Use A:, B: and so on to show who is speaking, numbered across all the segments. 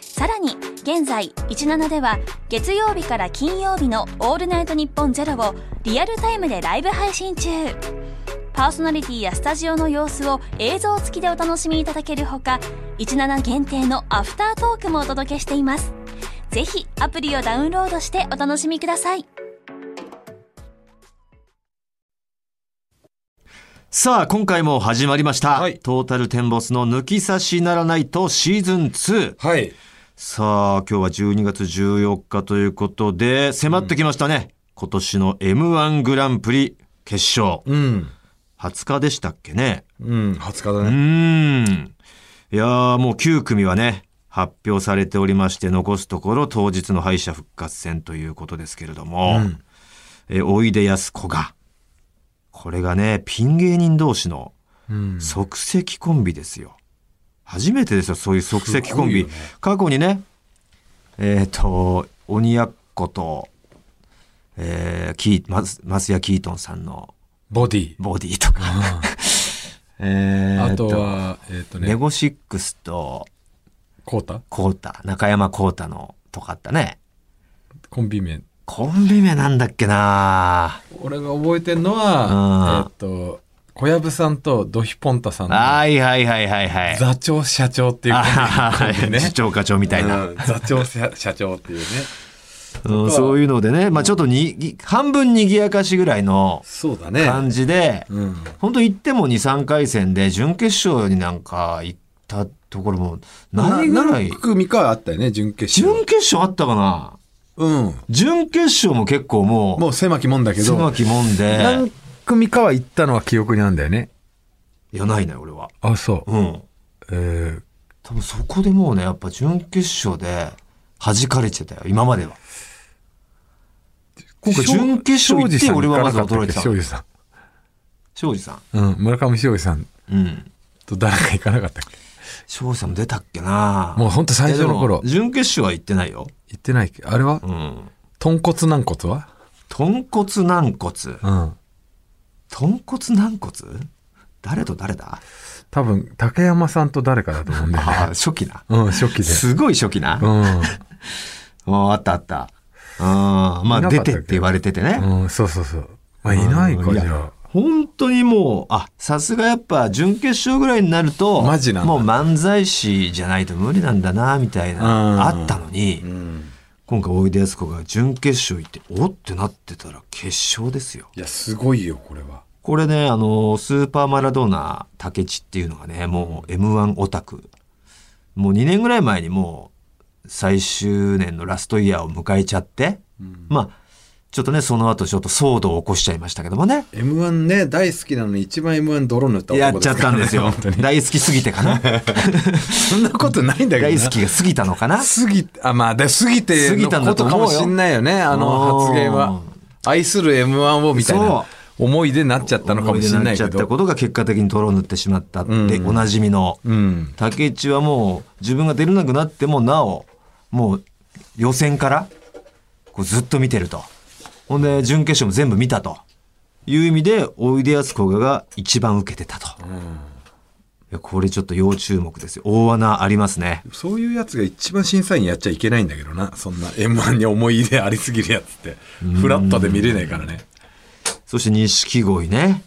A: さらに現在17では月曜日から金曜日の「オールナイトニッポンゼロをリアルタイムでライブ配信中パーソナリティやスタジオの様子を映像付きでお楽しみいただけるほか17限定のアフタートークもお届けしていますぜひアプリをダウンロードしてお楽しみください
B: さあ、今回も始まりました。
C: はい
B: トータルテンボスの抜き差しならないとシーズン2。
C: はい。
B: さあ、今日は12月14日ということで、迫ってきましたね。今年の M1 グランプリ決勝。
C: うん。
B: 20日でしたっけね。
C: うん。20日だ
B: う
C: ね。
B: ーん。いやーもう9組はね、発表されておりまして、残すところ当日の敗者復活戦ということですけれども、え、おいでやすこが。これがね、ピン芸人同士の
C: うん。
B: 即席コンビですよ。初めてですよ、そういう即席コンビ。
C: すごいよね
B: 過去にね、えっ、と、鬼奴と、えー、キー、マスマスヤキートンさんの
C: ボディ。
B: ボディとか。 えー
C: あとは、えっと
B: ネ
C: ね、
B: ゴシックスと
C: コータ
B: コータ、中山コータのとかあったね。
C: コンビ名。
B: コンビ名なんだっけな
C: 俺が覚えてんの
B: うん
C: は、えっと、小籔さんとドヒポンタさんの
B: はいはいはいはいはい。
C: 座長社長っていうコンビ
B: あー
C: コンビね。
B: 市長課長みたいな。
C: うん座長社社長っていうね。
B: うんそういうのでね、まあちょっとにぎ、半分賑やかしぐらいの
C: そうだね。
B: 感じで、
C: うん。
B: 本当行っても2、3回戦で準決勝になんか行ったところもないぐらい
C: 何。組かあったよね、準決
B: 準
C: 勝。
B: 決勝あったかな
C: うん。
B: 準決勝も結構も
C: もう狭きもんだ
B: う、
C: けど。
B: 狭きもんで
C: 何、組かは行ったのは記憶にあるんだよね。
B: いや、ないね、俺は。
C: あ、そう。
B: うん。
C: えー
B: 多分そこでもうね、やっぱ準決勝で弾かれてたよ、今までは。今回準決勝行って俺はまず驚いてた
C: 庄司さ
B: 庄司さ
C: ん。うん、村上庄司さん
B: ん。うん。
C: と誰か行かなかったっけ
B: 庄司さんも出たっけな
C: もうほんと最初の頃
B: いやでも準決勝は行ってないよ。
C: 行ってないっけあれは
B: うん。
C: 豚骨軟骨は
B: 豚骨軟骨。
C: うん。
B: 豚骨軟骨誰と誰だ
C: 多分、竹山さんと誰かだと思うんだよね。
B: ああ、初期な。
C: うん、初期で。
B: すごい初期な。
C: う
B: ああったあった。ああま
C: い
B: あ
C: なか
B: 出
C: ったっけ
B: てって言われててね。
C: ん。うん、そうそうそう。まあ、いないか、
B: うんい
C: じゃ
B: や本当にもう、あ、さすがやっぱ準決勝ぐらいになると、
C: マジなんだ
B: もう漫才師じゃないと無理なんだな、みたい
C: うん
B: な、あったのに、
C: あ。うん。
B: 今回おいでやすこが準決勝行って、おってなってたら決勝ですよ。
C: いや、すごいよ、これは。
B: これね、あの、スーパーマラドーナ竹地っていうのがね、もう M1 オタク。もう2年ぐらい前にもう最終年のラストイヤーを迎えちゃって、まあ、ちょっとね、その後ちょっと騒動を起こしちゃいましたけどもね。
C: M1 ね、大好きなのに一番 M1 泥塗った
B: や
C: 男
B: っ
C: で
B: ちゃ
C: す
B: っ
C: か
B: た
C: ら
B: ん
C: ね
B: ですよ
C: 本当に。
B: 大好きすぎてかな。
C: そんなことないんだけどな。
B: 大好きが過ぎたのかな。
C: 過ぎて、あ、まあ、で、過ぎて
B: 過ぎたん
C: の
B: だ
C: ことと
B: 思
C: か
B: うよ
C: もしんないよね、あの
B: うん
C: 発言は。愛する M1 をみたいな
B: そ
C: 思い出になっちゃったのかもしん
B: 思出
C: ない
B: になっちゃ
C: け
B: った
C: ど。
B: ことが結果的に泥を塗ってしまったって、おなじみの。
C: うん。
B: 竹内はもう自分が出れなくなってもなおもう予選からこうずっと見てるとほんで準決勝も全部見たという意味でおいでやすこがが一番受けてたと、いやこれちょっと要注目ですよ大穴ありますね
C: そういうやつが一番審査員やっちゃいけないんだけどな。そんな M1 に思い入れありすぎるやつって。フラットで見れないからね。
B: そして錦鯉ね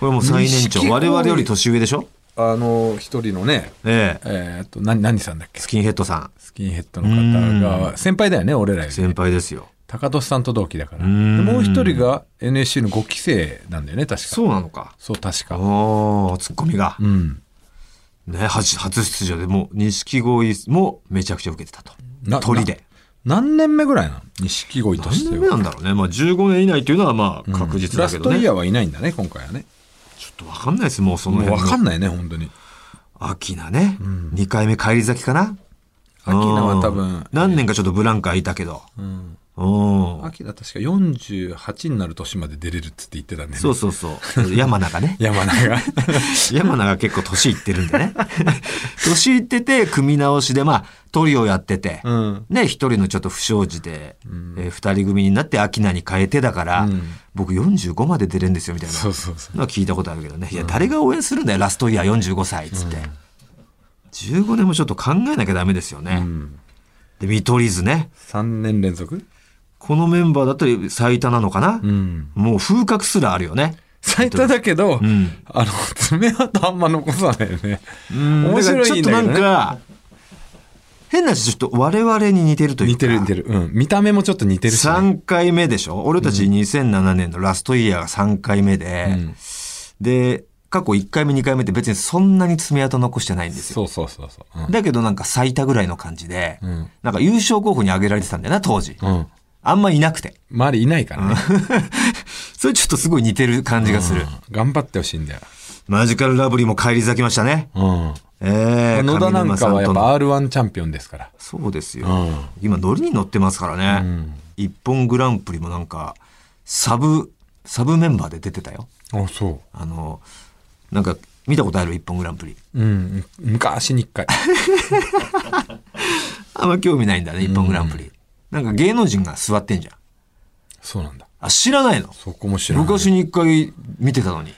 B: これもう最年長
C: 錦鯉
B: 我々より年上でしょ
C: あの、一人のね、
B: ええ
C: えーっと、何、何さんだっけ
B: スキンヘッドさん
C: スキンヘッドの方が、先輩だよね、俺らより。
B: 先輩ですよ
C: 高俊さんと同期だから。で
B: ん
C: もう一人が NSC の5期生なんだよね、確か。
B: そうなのか
C: そう、確か。
B: おおツッコミが
C: うん。
B: ね、初初出場でもう錦鯉もめちゃくちゃ受けてたと
C: な
B: 鳥で
C: 何年目ぐらいなの錦鯉とし
B: 何年
C: て
B: 目
C: は。
B: なんだろうね、まあ、15年以内というのはまあ確実だ
C: ラ
B: け
C: ス
B: ど
C: ト
B: ね、
C: イ
B: ち
C: ヤ
B: ょ
C: ーはいないんだね、今回はね。
B: っと分かんないですもうその
C: もう
B: 辺
C: わか
B: の
C: んないね、本当に。
B: 秋菜ね、2回目返り咲きかな
C: 秋菜は多分
B: うん何年かちょっとブランク空いたけど、
C: うん。
B: うん。
C: 秋田確か48になる年まで出れるっつって言ってたんで、ね、。
B: そうそうそう。山名がね
C: 山名 が
B: 山名が結構年いってるんでね。 年いってて、組み直しで、まあ、トリオやってて、
C: うん
B: ね、一人のちょっと不祥事で、えー二人組になって秋名に変えてだから、
C: うん
B: 僕45まで出れんですよ、みたいな。
C: そうそうそう
B: のは聞いたことあるけどね。いや、誰が応援するんだよ、ラストイヤー45歳、つって。15年もちょっと考えなきゃダメですよね。
C: うん
B: で、見取り図ね。
C: 3年連続
B: このメンバーだったり最多なのかな、
C: うん
B: もう風格すらあるよね。
C: 最多だけど、
B: ん
C: あの爪痕あんま残さないよね
B: 面
C: 面
B: 白
C: 白
B: い
C: い
B: ん
C: ん
B: だ
C: だ
B: けど、
C: け
B: ね、
C: ど、ね、
B: ちょっとなんか、変な話、ちょっと我々に似てるというか。
C: 似てる似てる、うん、見た目もちょっと似てるし、ね、
B: 3回目でしょ俺たち2007年のラストイヤーが3回目で、
C: うん
B: で、過去1回目2回目って別にそんなに爪痕残してないんですよ。
C: そうそうそうそう
B: だけどなんか最多ぐらいの感じで、
C: うん
B: なんか優勝候補に挙げられてたんだよな、当時。
C: うん、うん、
B: あんまいなくて。
C: 周りいないからね、
B: それちょっとすごい似てる感じがする。
C: うん頑張ってほしいんだよ、
B: マジカルラブリーも帰り咲きましたね。
C: うん、
B: ええ
C: 野田なんかはやっぱ r 1チャンピオンですから
B: そうですよ、
C: うん
B: 今ノリに乗ってますからね、
C: うん
B: 一本グランプリもなんかサブサブメンバーで出てたよ
C: あそ
B: あのなんか見たことある一本グランプリ
C: ううん昔に一回
B: あんま興味ないんだね一本グランプリ、なんか芸能人が座ってんじゃん
C: そうなんだ
B: あ知らないの
C: そこも知らない
B: 昔に一回見てたのに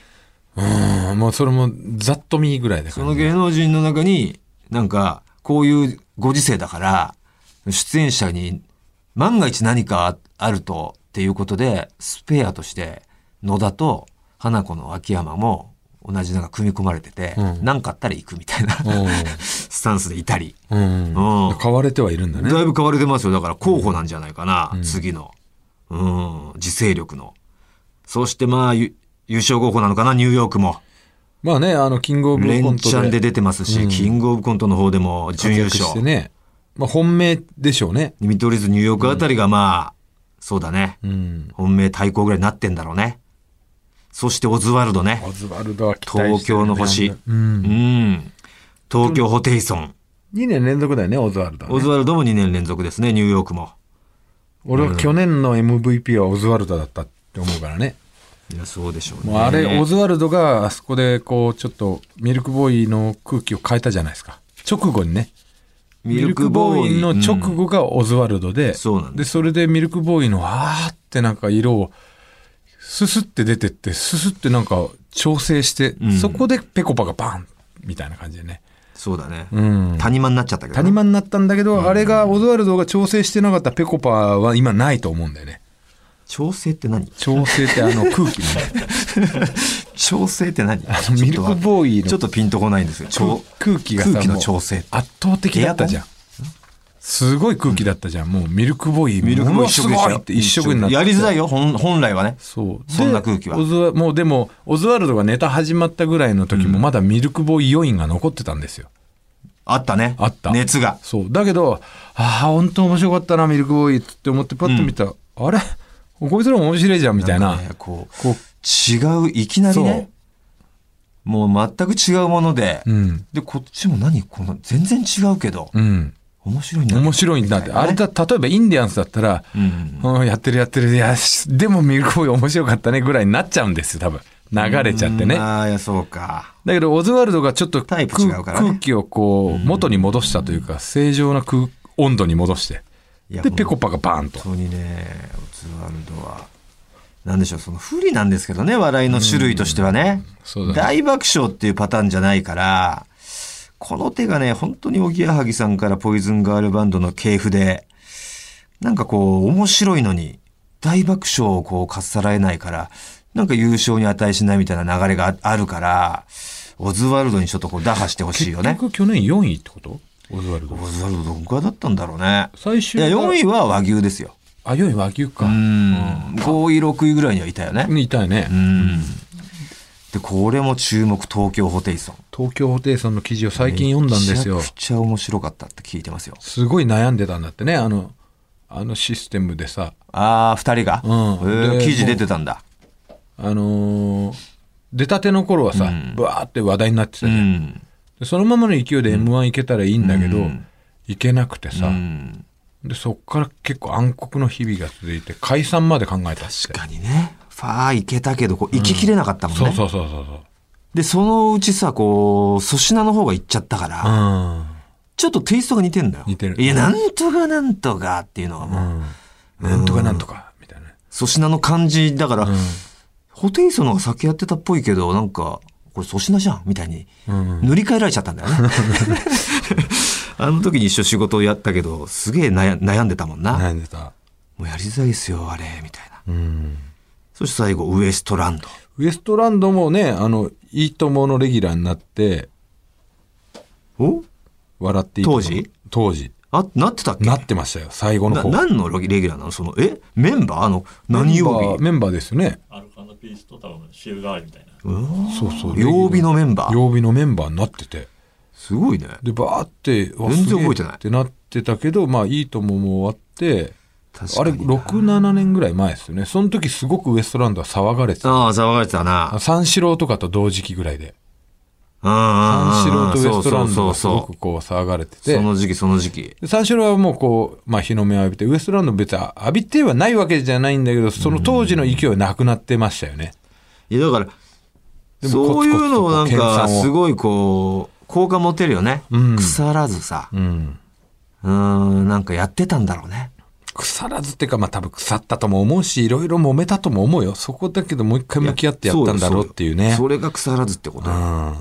C: うんもうそれもざっと見ぐらいだか
B: そ
C: ら、
B: の芸能人の中になんかこういうご時世だから出演者に万が一何かあるとっていうことでスペアとして野田と花子の秋山も同じなんか組み込まれてて
C: うん
B: 何、かあったら行くみたいな スタンスでいたり、
C: うん、
B: う
C: うんん、買われてはいるんだね
B: だいぶ変われてますよだから候補なんじゃないかな、次の、うん、自制力のそしてまあゆ優勝候補なのかなニューヨークも。
C: まあねあのキングオブコ
B: 連
C: ン
B: チャ
C: ト
B: ンで
C: で
B: 出てますし、
C: うん
B: キングオブコントの方でも準優
C: 活躍して
B: 勝。
C: ねまあ本命でしょうね
B: 見取り図ニューヨークあたりがまあ、そうだね。
C: うん
B: 本命対抗ぐらいになってんだろうね。そしてオズワルドね。
C: オズワルドは期待してるね
B: 東京の星。
C: う、
B: うんん。東京ホテイソン。
C: 2年連続だよねオズワルドはね、
B: オズワルドも2年連続ですね、ニューヨークも。
C: 俺は去年の MVP はオズワルドだったって思うからね
B: いや、そうでしょうね。
C: もうあれオズワルドがあそこでこうちょっとミルクボーイの空気を変えたじゃないですか直後にね
B: ミルクボーイ
C: ミルクボの直
B: うん
C: 後がオズワルドで、
B: そうなんです
C: でそれでミルクボーイのあーってなんか色をススって出てってススってなんか調整して、
B: ん
C: そこでペコパがバンみたいな感じでね
B: そうだね。
C: うん
B: 谷間になっちゃったけどね。
C: 谷間になったんだけど、あれがオズワルドが調整してなかったペコパは今ないと思うんだよね
B: 調整って何
C: 調整ってあの空気のね
B: 調整って何
C: のミルクボーイの
B: ちょっとピンとこないんですよ。
C: 空
B: 調
C: 空気がさ
B: 空気の
C: もう
B: 調整って
C: 圧倒的だったじゃんすごい空気だったじゃん、もうミルクボーイ
B: ミルクも
C: もの
B: 一
C: す
B: 色
C: ご
B: でし
C: い
B: ょ
C: って一色になって
B: やりづらいよ、本本来はね。
C: そう
B: そんな空気は
C: でオズワもうでもオズワルドがネタ始まったぐらいの時もまだミルクボーイ余韻が残ってたんですよ
B: あったね。
C: あった
B: 熱が。
C: そうだけどああ本当面白かったなミルクボーイって思ってパッと見たら、あれこいつらも面白いじゃんみたいな
B: ねこう、
C: こ
B: 違う、いきなりね。もう全く違うもので。
C: ううん
B: で、こっちも何この、全然違うけど。
C: うん
B: 面白いな。
C: 面白いんだって、
B: みた
C: あ
B: いな
C: れ
B: ね
C: だ例えばインディアンスだったら、
B: うん
C: うんやってるやってるいやしでもミルクボーイ面白かったねぐらいになっちゃうんですよ多分流れちゃってね
B: うんああ、いや、そうか。
C: だけどオズワルドがちょっと
B: タイ
C: 空
B: プ違うからね
C: 空気をこう元に戻したというか正常な空温度に戻して
B: いや
C: でペコパがバーンと
B: 本当にね、オズワルドは。なんでしょう、その不利なんですけどね、笑いの種類としてはね。
C: そうだね
B: 大爆笑っていうパターンじゃないから、この手がね、本当におぎやはぎさんからポイズンガールバンドの系譜で、なんかこう、面白いのに、大爆笑をこう、かっさらえないから、なんか優勝に値しないみたいな流れがああるから、オズワルドにちょっとこう、打破してほしいよ
C: 結
B: ね。
C: 局去年4位ってことオズワルド
B: オズワルドどんくらいだったんだろうね。
C: 最
B: い
C: 終
B: や、
C: が
B: 4位は和牛ですよ。
C: あ4位和牛か
B: うん。5位、6位ぐらいにはいたよね。
C: にいたよね
B: うん。で、これも注目、東京ホテイソン。
C: 東京ホテイソンの記事を最近読んだんですよ
B: めちゃくちゃ面白かったって聞いてますよ。
C: すごい悩んでたんだってねあのあのシステムでさ
B: ああ、二人が、
C: うん
B: へー
C: で
B: 記事出てたんだ。
C: あのー出たての頃はさ、ブワーって話題になってたじ
B: う
C: ゃん
B: ん。
C: でそのままの勢いで m 1いけたらいいんだけど、いけなくてさ、
B: うん。
C: でそっから結構暗黒の日々が続いて解散まで考えたって
B: 確かにね。ファー行けたけど、こう、行ききれなかったもんね。
C: そうそうそうそうそう
B: で、そのうちさ、こう、粗品の方が行っちゃったから、
C: うん
B: ちょっとテイストが似てんだよ。
C: 似てる
B: いや、なんとかなんとかっていうのはもう、
C: なんとかなんとかみたいなね
B: 粗品の感じだから、ホテイソンの方が先やってたっぽいけど、なんか、これ粗品じゃんみたいに、塗り替えられちゃったんだよね。 あの時に一緒仕事をやったけど、すげえ悩悩んでたもんな。
C: 悩んでた
B: もうやりづらいですよ、あれ、みたいな。
C: うん
B: そして最後、ウエストランド。
C: ウエストランドもねあの「いいとも!」のレギュラーになって
B: お
C: 「笑っていいとも!」
B: 当時
C: 当時
B: あ、なってたっけ
C: なってましたよ最後の
B: な
C: 方
B: 何のレギュラーなのその、えメンバーあの、何曜日
C: メンバーメンバーですよね
D: アルカンドピースと多分週替わりみたいな。
B: うわー
C: そうそう
B: 曜日のメンバー。
C: 曜日のメンバーになってて
B: すごいね。
C: でバーってうわ
B: 全然
C: すげ
B: 覚えてない
C: ってなってたけどまあいいともも終わって
B: 確
C: あ
B: か
C: れ
B: にな
C: 67年ぐらい前ですよねその時すごくウエストランドは騒がれてた
B: ああ、騒がれてたな。
C: 三四郎とかと同時期ぐらいで
B: 三
C: 三四郎とウエストランドがす
B: そうそう
C: ご
B: そう
C: くこう騒がれて
B: そう。
C: て
B: その時期、その時期。
C: で三四郎はもうこう、まあ、日の目を浴びてウエストランド別に浴びてはないわけじゃないんだけどその当時の勢いはなくなってましたよね
B: いや、だから、
C: でも
B: そういうのをなん
C: コツコツとこう研
B: か、
C: 鑽を
B: すごいこう、効果持てるよね。
C: うん
B: 腐らずさ。
C: うん
B: うーん、なんかやってたんだろうね。
C: 腐らずっていうかまあ多分腐ったとも思うしいろいろ揉めたとも思うよそこだけどもう一回向き合ってやったんだろうっていうね
B: そそれが腐らずってこと
C: うん
B: よ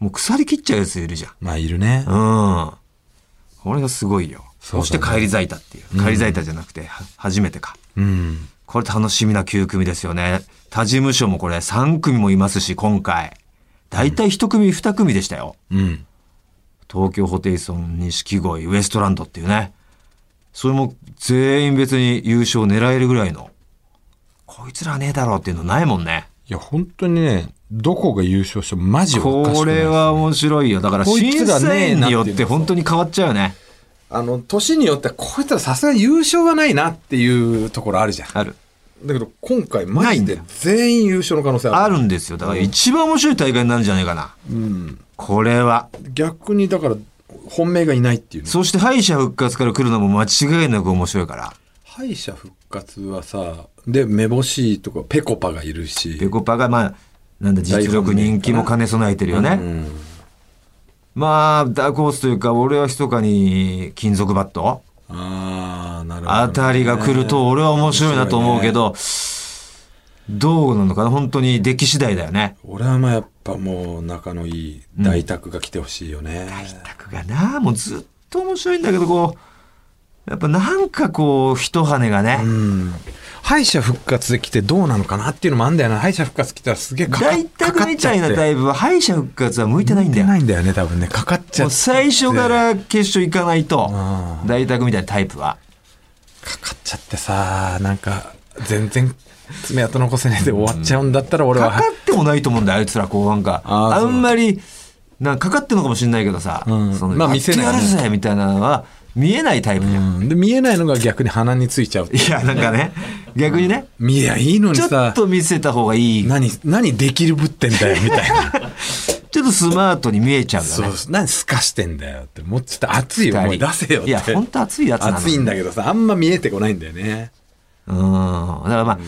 B: もう腐りきっちゃうやついるじゃん。
C: まあいるね
B: うん。これがすごいよ。
C: そう
B: そ
C: だね
B: して返り咲いたっていう。返り咲いたじゃなくて、は初めてか。
C: うん
B: これ楽しみな9組ですよね。他事務所もこれ3組もいますし、今回。大体1組2組でしたよ。
C: うん
B: 東京ホテイソン、錦鯉、ウエストランドっていうね。それも全員別に優勝狙えるぐらいの。こいつらはねえだろうっていうのないもんね。
C: いや本当にねどこが優勝してもマジおかし
B: こ
C: くない
B: れは面白いよ。だから
C: こい
B: 審
C: つら
B: 査
C: ねえ
B: 員
C: な
B: に
C: っていう
B: よって本当に変わっちゃうよね。
C: あの年によってはこいつらさすがに優勝がないなっていうところあるじゃん
B: ある。
C: だけど今回
B: な
C: マ
B: い
C: ジ
B: んだ
C: で
B: よ
C: 全員優勝の可能性あ
B: あ
C: る
B: るんですよ。だから一番面白い大会になるんじゃないかな。
C: うん、
B: これは。
C: 逆にだから本命がいないっていうね
B: そして敗者復活から来るのも間違いなく面白いから。
C: 敗者復活はさでめぼしいとかペコパがいるし
B: ペコパが、まあ、なんだ、実力、人気も兼ね備えてるよね。
C: うん
B: まあ、ダークホースというか、俺は密かに金属バット
C: ああなるほど、
B: あたりが来ると、俺は面白いなと思うけど、どうなのかな本当に出来次第だよね。
C: 俺はまあやっぱもう仲のいい大宅が来てほしいよね、
B: たくがな、もうずっと面白いんだけど、こう、やっぱなんかこう、一羽がね、
C: うん敗者復活で来てどうなのかなっていうのもあんだよな敗者復活来たらすげえかか
B: 大
C: か
B: 宅
C: かっ
B: み
C: ちゃ
B: た
C: っ
B: いな
C: て
B: タイプは敗者復活は向いてないんだ
C: 出
B: よ。
C: ないんだよね多分ねかかっちゃ
B: も
C: っ
B: う
C: て
B: 最初から決勝行かないと
C: う、
B: 大宅みたいなタイプは。
C: かかっちゃってさなんか全然爪痕残せねえで終わっちゃうんだったら俺
B: か
C: は
B: かってもないと思うんだよ、あいつら、こうなんか。
C: あー
B: あ
C: そうん
B: まり、なんかかかってるのかもしれないけどさ、
C: うん
B: その
C: まあ見せない
B: やってやるぜみたいなのは見えないタイプじゃん。
C: うんで見えないのが逆に鼻についちゃう
B: いや、なんかね、逆にね、
C: 見えやいいのに
B: ちょっ
C: さ
B: と見せた方がいい。
C: 何何できるぶってんだよみたいな
B: ちょっとスマートに見えちゃうんだ
C: そ
B: ね
C: う。何すかしてんだよってもうちょっと熱い
B: 二人
C: 思い出せよって
B: いや、ほんと熱いやつなの。
C: 熱いんだけどさあんま見えてこないんだよね
B: うん。だからまあ、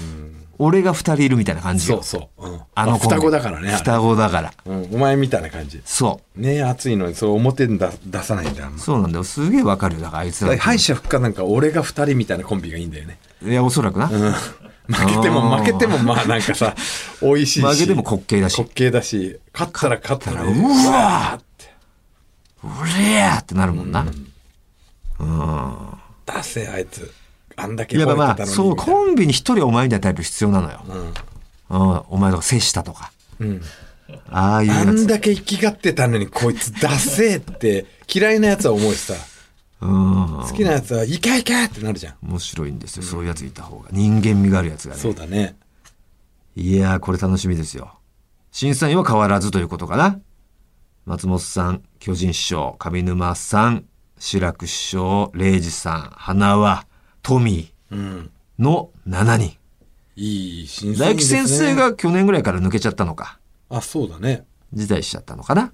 B: 俺が二人いるみたいな感じ
C: そ
B: よ
C: う。そう、うん、
B: あのコンビ
C: 双子だからねあれ
B: 双子だから。
C: うん、お前みたいな感じ
B: そ
C: ね熱いのにそう表に出出さないんだよあん
B: う。
C: ま
B: そうなんだよ。すげえわかるよ。だからあいつ
C: だから
B: ら。
C: 敗者復活なんか俺が2人みたいなコンビがいいんだよね
B: いや、おそらくな。
C: 負けても
B: あー
C: 負けてもまあなん かさ美味しいし
B: 負けても滑稽だし
C: 滑稽だし勝ったら勝ったら
B: うわーって。うれやーってなるもんな。
C: 出せあいつあんだけ
B: やっぱ
C: 吠え
B: ま
C: てた
B: あ、
C: のに
B: そう、
C: みたいな
B: コンビに一人お前みたいなタイプ必要なのよ。うん。お前とか瀬下とか。
C: うん
B: ああいう
C: あ
B: や
C: ん
B: つ。
C: だけ生きがってたのにこいつ出 せって嫌いなやつは思うしさ
B: うん。
C: 好きなやつはいけいけってなるじゃん
B: 面白いんですよ。そういうやついた方が。人間味があるやつが
C: そう
B: ね。
C: だね
B: いやー、これ楽しみですよ。審査員は変わらずということかな。松本さん、巨人師匠、上沼さん、志らく師匠、礼二さん、花輪、トミ
C: うん
B: ーの7人。
C: いい審査
B: 大
C: 員で
B: 吉
C: すね
B: 先生が去年ぐらいから抜けちゃったのか。
C: あそうだね
B: 辞退しちゃったのかな。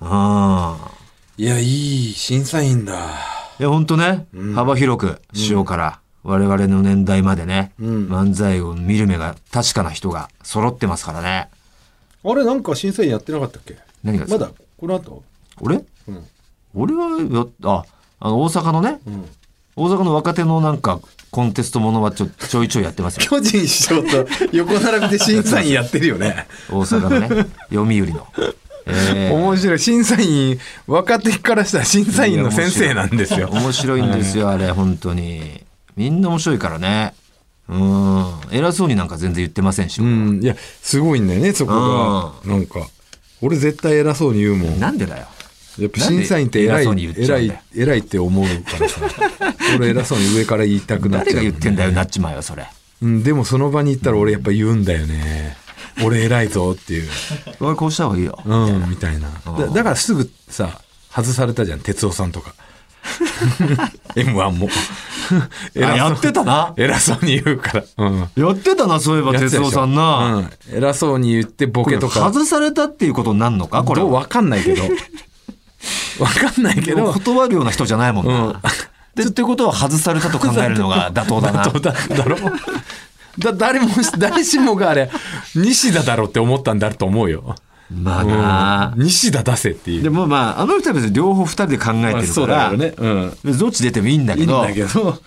B: ああ。
C: いやいい審査員だ
B: いや、本当ね、幅広く、師匠から、我々の年代までね、
C: うん
B: 漫才を見る目が確かな人が揃ってますからね。
C: あれなんか審査員やってなかったっけ
B: 何がです
C: ま
B: か
C: だこの後
B: 俺
C: うん
B: 俺はや、あ、あの、大阪のね、
C: ん
B: 大阪の若手のなんか、コンテストものはちょちょいちょいやってます よ。
C: 巨人師匠と横並びで審査員やってるよね
B: 大阪のね、読売の。 えー
C: 面白い審査員若手からしたら審査員の先生なんですよ
B: 面白いんですよ、あれ、本当に。みんな面白いからね。うん。偉そうになんか全然言ってませんし。
C: うんいやすごいんだよねそこが
B: う
C: なんか俺絶対偉そうに言うもん
B: なんでだよ。
C: やっぱ審査員って偉い
B: なんで偉そうに言っちゃ
C: 偉
B: うんだよ
C: い偉いって思うからさ 俺偉そうに上から言いたくなっ
B: 誰
C: ちゃう
B: が言ってんだよ、なっちまえは、それ。
C: うん、でもその場に行ったら俺やっぱ言うんだよね。俺偉いぞっていう。
B: 俺、こうした方がいいよ。
C: うん、みたいな。だだからすぐさ、外されたじゃん、哲夫さ んとか。M1 も。
B: あやってたな
C: 偉そうに言うから。うん。
B: やってたな、そういえば、
C: やってたでし
B: 哲
C: ょ
B: 夫さんな。
C: うん。偉そうに言ってボ
B: これ
C: ケとか。
B: 外されたっていうことになるのかこれ
C: どう
B: は。
C: わかんない けど。わかんない
B: で
C: け
B: も
C: ど。
B: 断るような人じゃないもん
C: う。
B: なん でってことは外されたと考えるの が妥当だな。
C: 妥当だだろだ誰も誰しもがあれ西田だろって思ったんだと思うよ、
B: まあ
C: うん
B: な。
C: 西田出せっていう
B: でもまあ、あの二人は別に両方二人で考え
C: まあ
B: てる
C: そう
B: か
C: だ
B: ら
C: よ、ね。うん。
B: 別にどっち出てもいいんだ
C: いい
B: け
C: ん
B: ど、
C: だけど、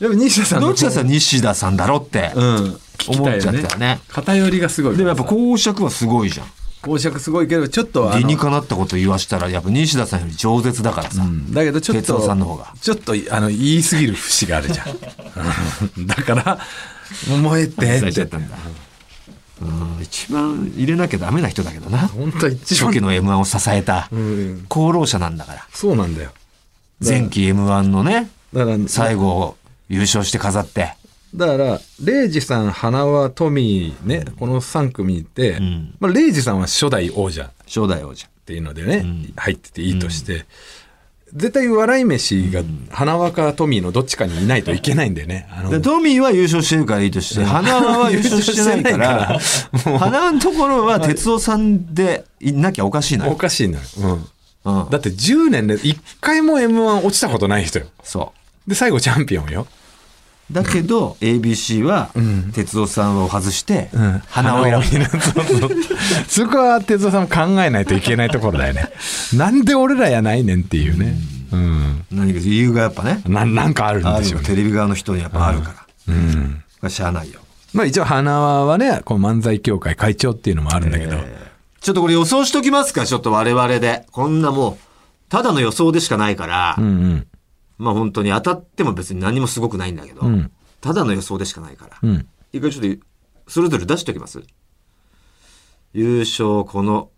C: でも西田さんの
B: どっちかさ、西田さんだろって。
C: うん。聞き
B: 思
C: た
B: っ
C: い
B: ちゃ
C: よ
B: った
C: ね
B: よ。ね。
C: 偏りがすごい。
B: でもやっぱ公爵はすごいじゃん。
C: 公爵すごいけど、ちょっとあ
B: 理
C: の
B: にかなったこと言わしたら、やっぱ西田さんより饒舌だからさ。
C: だけどちょっ
B: 哲
C: と、
B: 夫さんの方が
C: ちょっと、あの、言い過ぎる節があ るじゃんうん。だから、思えて
B: 伝え
C: っ
B: ちゃってた。んだ。うん、一番入れなきゃダメな人だけどな。
C: 本当は一
B: 初
C: 番
B: 期。の M1 を支えた
C: うん。
B: 功労者なんだから。
C: そうなんだよ。
B: 前期 M1 のね、
C: だから、
B: 最後を優勝して飾って。
C: だから、レイジさん、花輪、トミーね、この3組いて、
B: ん
C: まあ、レイジさんは初代王者。
B: 初代王者。
C: っていうのでね、入ってていいとして、絶対笑い飯が花輪かトミーのどっちかにいないといけないんだよね。あの
B: でトミーは優勝してるからいいとして、花輪は優勝してない から、花輪のところは哲夫さんでいなきゃおかしいな。う
C: おかしいな、うん
B: ん。
C: だって10年で1回も M1 落ちたことない人よ。
B: そ
C: で、最後チャンピオンよ。
B: う。だけど、ABC は、哲夫さんを外して、花輪を選
C: びな。そうそうそこは哲夫さんも考えないといけないところだよね。なんで俺らやないねんっていうね。うん。
B: ぶ。何か理由がやっぱね、
C: ななんかあるん
B: あ
C: で
B: る
C: しょ
B: よ
C: うね。
B: テレビ側の人にやっぱあるから。
C: うん。
B: これしゃあないよ。
C: まあ一応花輪はね、この漫才協会会長っていうのもあるんだけど。
B: ちょっとこれ予想しときますか、ちょっと我々で。こんなもう、ただの予想でしかないから、
C: うんうん。
B: まあ本当に当たっても別に何もすごくないんだけど、
C: ん
B: ただの予想でしかないから。
C: うん。
B: 一回ちょっと、それぞれ出しておきます優勝、この、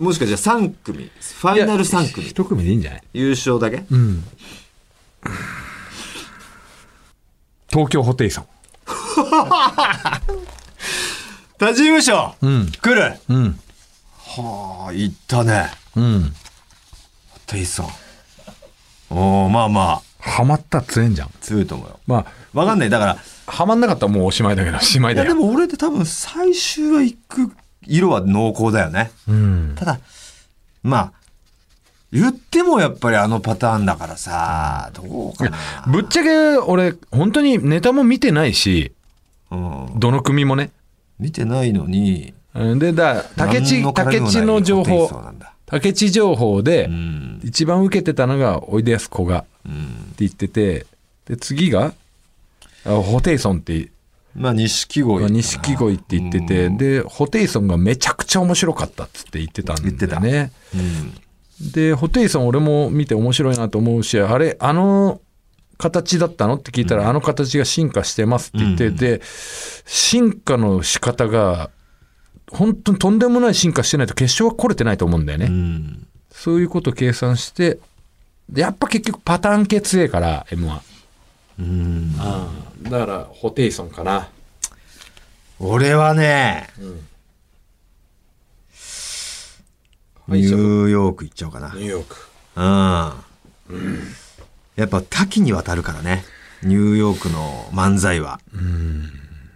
B: もしかしたら3組、ファイナル3組、
C: 一組でいいんじゃない
B: 優勝だけ
C: うん。東京ホテイソン。
B: 他事務所、
C: ん
B: 来る
C: うん。
B: はあ、行ったね。
C: うん。
B: テイソン。おおまあまあ、
C: ハマったら強いんじゃん。
B: 強いと思うよ。
C: ま
B: わかんない。だから、
C: あ、ハマんなかったらもうおしまいだけど、しまい
B: い
C: だ
B: やで
C: よ。
B: も俺って多分最終は行く色は濃厚だよね。
C: うん。
B: ただ、まあ、言ってもやっぱりあのパターンだからさ、どうかな。
C: ぶっちゃけ、俺、本当にネタも見てないし、
B: うん。
C: どの組もね。
B: 見てないのに、
C: うんで、だ、竹
B: 何
C: 地
B: の、絡み
C: 竹
B: もない
C: 地の情
B: ホテイソン
C: 報
B: な、んだ
C: 竹地情報で、
B: うん。
C: 一番受けてたのが、おいでやすこがって
B: うん。
C: 言ってて、で、次が、あホテイソンって、
B: まあ、錦鯉かな。
C: 錦鯉って言ってて、
B: うん、
C: で、ホテイソンがめちゃくちゃ面白かったっつって言ってたんだよ
B: 言
C: ね。
B: ってたうん
C: で、ホテイソン俺も見て面白いなと思うし、あれ、あの形だったのって聞いたら、あの形が進化してますって言って、
B: うん
C: で、進化の仕方が、本当にとんでもない進化してないと決勝は来れてないと思うんだよね。
B: うん。
C: そういうことを計算して、でやっぱ結局パターン系強えから、M1。
B: うん。
C: だから、ホテイソンかな。
B: 俺はね、ニューヨーク行っちゃおうかな。
C: ニューヨーク。
B: やっぱ多岐にわたるからね。ニューヨークの漫才は。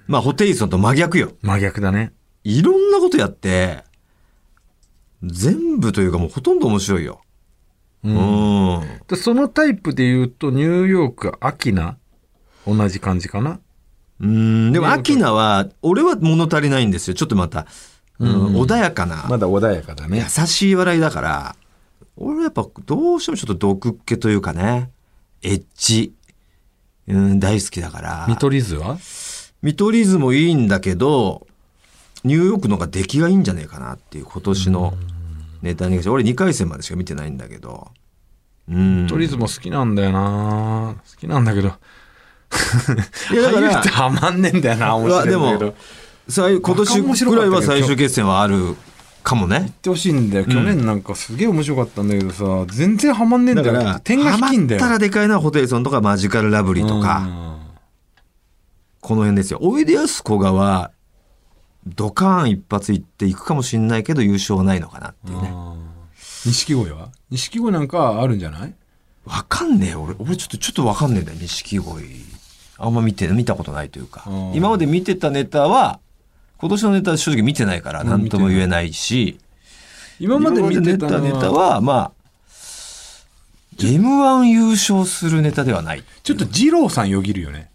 B: まあ、ホテイソンと真逆よ。
C: 真逆だね。
B: いろんなことやって、全部というかもうほとんど面白いよ。うん。
C: でそのタイプで言うと、ニューヨーク、アキナ、同じ感じかな。
B: うん。でも、アキナは、俺は物足りないんですよ。ちょっとまた、うん穏やかな、
C: だ穏やかだ
B: 優。しい笑いだから、俺はやっぱ、どうしてもちょっと毒っ気というかね、エッジ、うん、大好きだから。
C: 見取り図は
B: 見取り図もいいんだけど、ニューヨークの方が出来がいいんじゃねえかなっていう今年のネタに関して、俺2回戦までしか見てないんだけど。うん。
C: 見取り図も好きなんだよな好きなんだけど。
B: いやだから
C: 俳優ってハマんねえんだよな面白いんだけ
B: う
C: ど。
B: わでも
C: 行
B: 最今年くらいは最終決戦はあるかもね
C: っ。てほしいんだよ。去年なんかすげえ面白かったんだけどさ、全然ハマんねえん
B: だ
C: だ
B: か
C: よ。
B: ら、
C: 点が低いんだよ。
B: ハマったらでかいのはホテイソンとかマジカルラブリーとか、
C: か。
B: この辺ですよ。おいでやすこがは、ドカーン一発いっていくかもしんないけど優勝はないのかなっていうね。
C: 錦鯉は錦鯉なんかあるんじゃない
B: わかんねえ俺俺ちょっとちょっとわかんねえんだよ錦鯉あんま見て見たことないというか
C: うん
B: 今まで見てたネタは今年のネタは正直見てないから
C: うん
B: 何とも言えないし
C: 今まで見てた
B: 今まで
C: ネ
B: 見てた
C: タ
B: ネタ
C: は、
B: はまあ m 1優勝するネタではない
C: ちょっと二郎さんよぎるよね。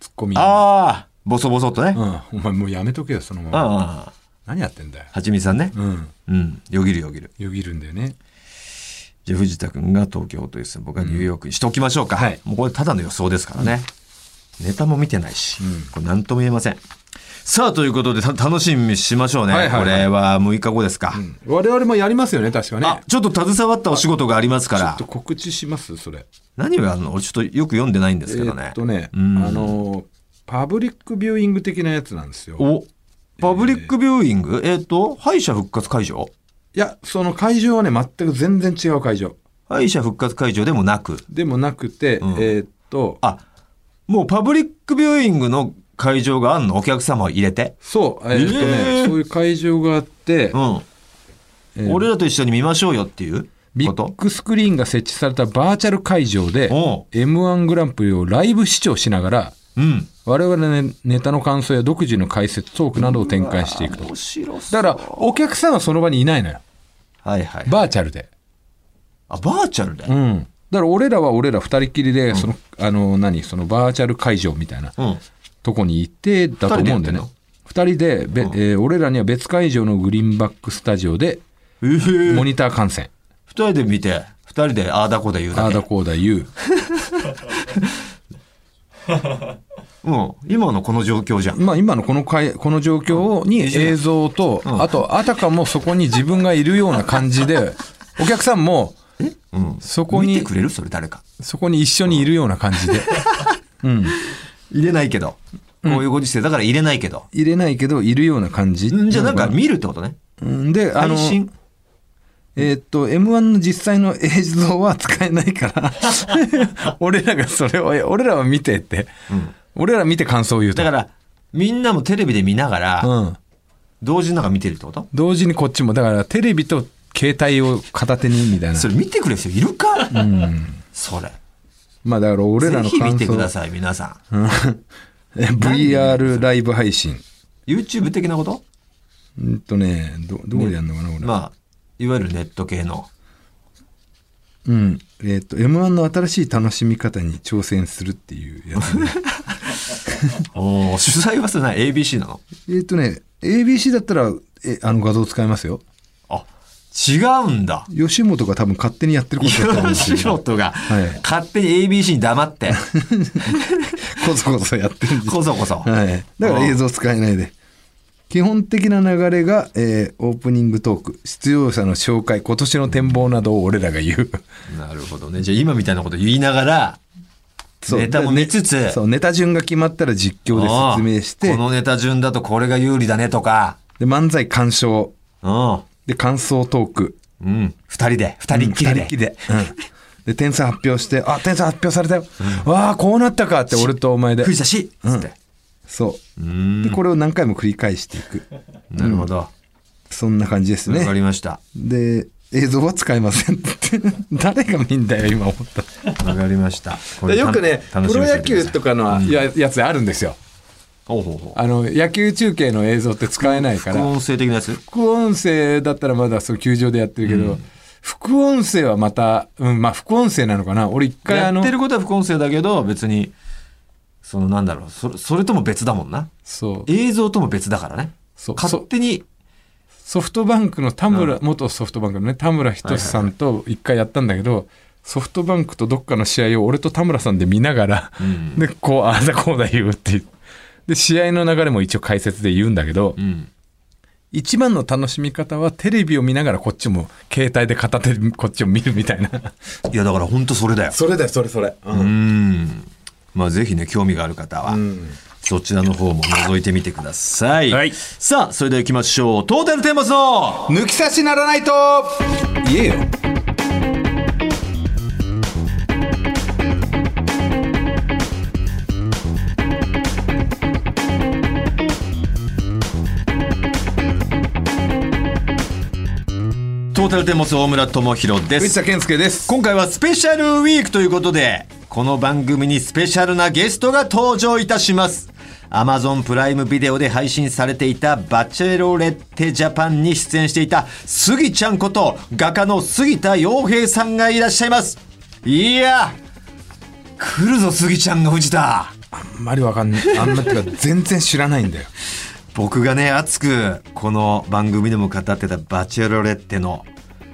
C: ツッコミ。
B: ああボソボソとね
C: うん。お前もうやめとけよ、そのま
B: うんうん
C: ま。
B: は
C: 何やってんだよ。
B: ちみつさんね
C: うん。
B: うんよぎるよぎる
C: よぎるんだよね。
B: じゃあ藤田君が東京という僕はニューヨークにしておきましょうか、
C: はい
B: もうこれただの予想ですからね、ネタも見てないし、
C: うん
B: これ何とも言えませんさあということでた楽しみにしましょうね、
C: はいはいはい
B: これは6日後ですか、
C: 我々もやりますよね、確かね。
B: あちょっと携わったお仕事がありますか
C: ちょっ
B: ら
C: と告知しますそれ。
B: 何をやるの俺ちょっとよく読んでないんですけど
C: えー
B: ね
C: っ、とね、
B: うん
C: あのーパブリックビューイング的なやつなんですよ。
B: おパブリックビューイングえーっ、と敗者復活会場
C: いや、その会場はね、全く全然違う会場。
B: 敗者復活会場でもなく
C: でもなくて、
B: うん
C: えーっと、
B: あもうパブリックビューイングの会場があんのお客様を入れて
C: そう、えーっとね、
B: えー
C: そういう会場があって、
B: うん
C: えー
B: 俺らと一緒に見ましょうよっていう
C: ビ
B: こ
C: ッ
B: と
C: グスクリーンが設置されたバーチャル会場で、
B: お
C: M1 グランプリをライブ視聴しながら、
B: ううん
C: 我々のねネタの感想や独自の解説、トークなどを展開していくと。
B: 白
C: だから、お客さんはその場にいないのよ。
B: はいはい
C: バーチャルで。
B: あバーチャルで
C: うん。だから俺らは俺ら二人きりで、その、あの、何、そのバーチャル会場みたいな
B: うん
C: とこに行ってだと思うんだよね。二人で、べえー俺らには別会場のグリーンバックスタジオで、
B: えー
C: モニター観戦。
B: 二人で見て二人でああだこうだ言う
C: あ
B: だ
C: あ
B: け
C: だこうだ言う。
B: うん今のこの状況じゃん
C: まあ今のこの会、この状況に映像と、あと、あたかもそこに自分がいるような感 じで、お客さんも、
B: うん
C: そこ
B: 見
C: に
B: てくれるそれ誰か
C: そこに一緒にいるような 感じで。うん。
B: 入れないけどこういうご時世だから入れないけど
C: 入れないけど、いるような感じ。
B: うんじゃあなんか見るってことね
C: うんで、あの
B: 配、信
C: えーっと、M1 の実際の映像は使えな いから、俺らがそれを、俺らは見てって、俺ら見て感想を言うと。
B: だからみんなもテレビで見ながら
C: うん。
B: 同時になんか見てるってこと
C: 同時にこっちも、だからテレビと携帯を片手にみたいな
B: そ。れ見てくれる人いるかそれ
C: まあだから俺
B: ぜ
C: らの
B: ひ見
C: 感
B: て
C: 想
B: く。ださい皆さん
C: え VR ライブ配信。
B: YouTube 的なこと
C: うんとね、ど、どうやるのかな、俺。
B: まあ、いわゆるネット系の。
C: うん。えーっ、と、M1 の新しい楽しみ方に挑戦するっていうやつで。
B: お取材はそれない ABC なの
C: えーっとね、ABC だったら、え、あの画像使いますよ。
B: あ、違うんだ。
C: 吉本が多分勝手にやってることだと思うんで すよ。
B: 吉本が
C: はい
B: 勝手に ABC に黙って、
C: こそこそやってるんです。
B: こそこそ。
C: はい。だから映像使えないで。基本的な流れが、えーオープニングトーク、出場者の紹介、今年の展望などを俺らが言う。
B: なるほどね。じゃあ今みたいなこと言いながら、
C: そう
B: ネタも見つつ、
C: ねそう、ネタ順が決まったら実況で説明し
B: う
C: て
B: んこ、のネタ順だとこれが有利だねとか、
C: で、漫才鑑賞、
B: うん。
C: で、感想トーク、
B: うん。二人で、二人っきりで。
C: 二人っきりで。うん で、点数発表して、あ、点数発表されたよ。わあ、こうなったかって、俺とお前で。
B: 藤田氏つ
C: うん
B: って。
C: そうう。
B: ん
C: で、。これを何回も繰り返していく。
B: なるほど。わ、
C: そんな感じですね。
B: かりました。
C: で映像は使えませんって 誰が見んだよ今思った
B: わかりました。これ
C: よくね
B: 楽
C: プ
B: しみ
C: ロ
B: にして
C: 野
B: てくだ
C: 球
B: さい
C: とかのや,、つあるんですよ
B: ほうほうほう。
C: あの野球中継の映像って使えないか
B: 副
C: ら
B: 音声的なやつ
C: 副音声だったらまだそう球場でやってるけど、副音声はまた、うん、まあ副音声なのかな。俺一回あ
B: や
C: の
B: って、ることは副音声だけど別にそのなんだろうそそれとも別だもんな
C: そう、
B: 映像とも別だからね
C: そう
B: 勝手に
C: ソフトバンクの田村、元ソフトバンクのね、田村仁志さんと一回やったんだけど、ソフトバンクとどっかの試合を俺と田村さんで見ながら、
B: ん
C: で、こう、ああだこうだ言うっていう。で、試合の流れも一応解説で言うんだけど、
B: うん
C: 一番の楽しみ方はテレビを見ながらこっちも携帯で片手でこっちを見るみたいな
B: いやだから本当それだよ
C: それだよそれそれう、
B: うんんまあぜひね興味がある方は、そちらの方も覗いてみてください、
C: はい
B: さあそれでは行きましょうトータルテンボスの
C: 抜き差しならないと言えよ
B: トータルテンボス大村智弘で
C: 藤
B: す
C: 田健介です
B: 今回はスペシャルウィークということで、この番組にスペシャルなゲストが登場いたします。Amazon プライムビデオで配信されていたバチェロレッテジャパンに出演していたスギちゃんこと画家の杉田洋平さんがいらっしゃいます。いや来るぞスギちゃんが藤田
C: あんまりわかんないあんまりってか全然知らないんだよ
B: 僕がね、熱くこの番組でも語ってたバチェロレッテの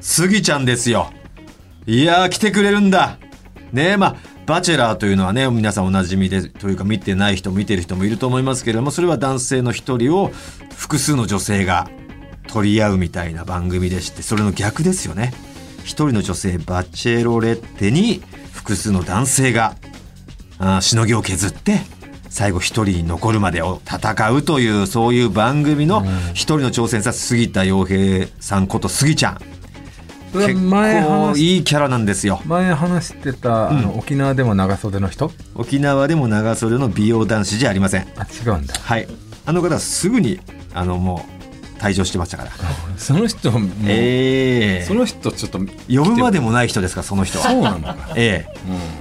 B: スギちゃんですよ。いやー、来てくれるんだ。ねえ、まあ、バチェラーというのはね、皆さんおなじみで、というか見てない人、見てる人もいると思いますけれども、それは男性の一人を複数の女性が取り合うみたいな番組でして、それの逆ですよね。一人の女性、バチェロレッテに複数の男性があーしのぎを削って最後一人残るまでを戦うというそういう番組の一人の挑戦者杉田洋平さんこと杉ちゃん結
C: 前
B: 構
C: 話し
B: いいキャラなんですよ
C: 前話してた、あの沖縄でも長袖の人
B: 沖縄でも長袖の美容男子じゃありません
C: あ違うんだ
B: はいあの方はすぐにあのもう退場してましたから
C: その人も、
B: ええ
C: その人ちょっと
B: 呼ぶまでもない人ですからその人は
C: そうなんだから
B: ええ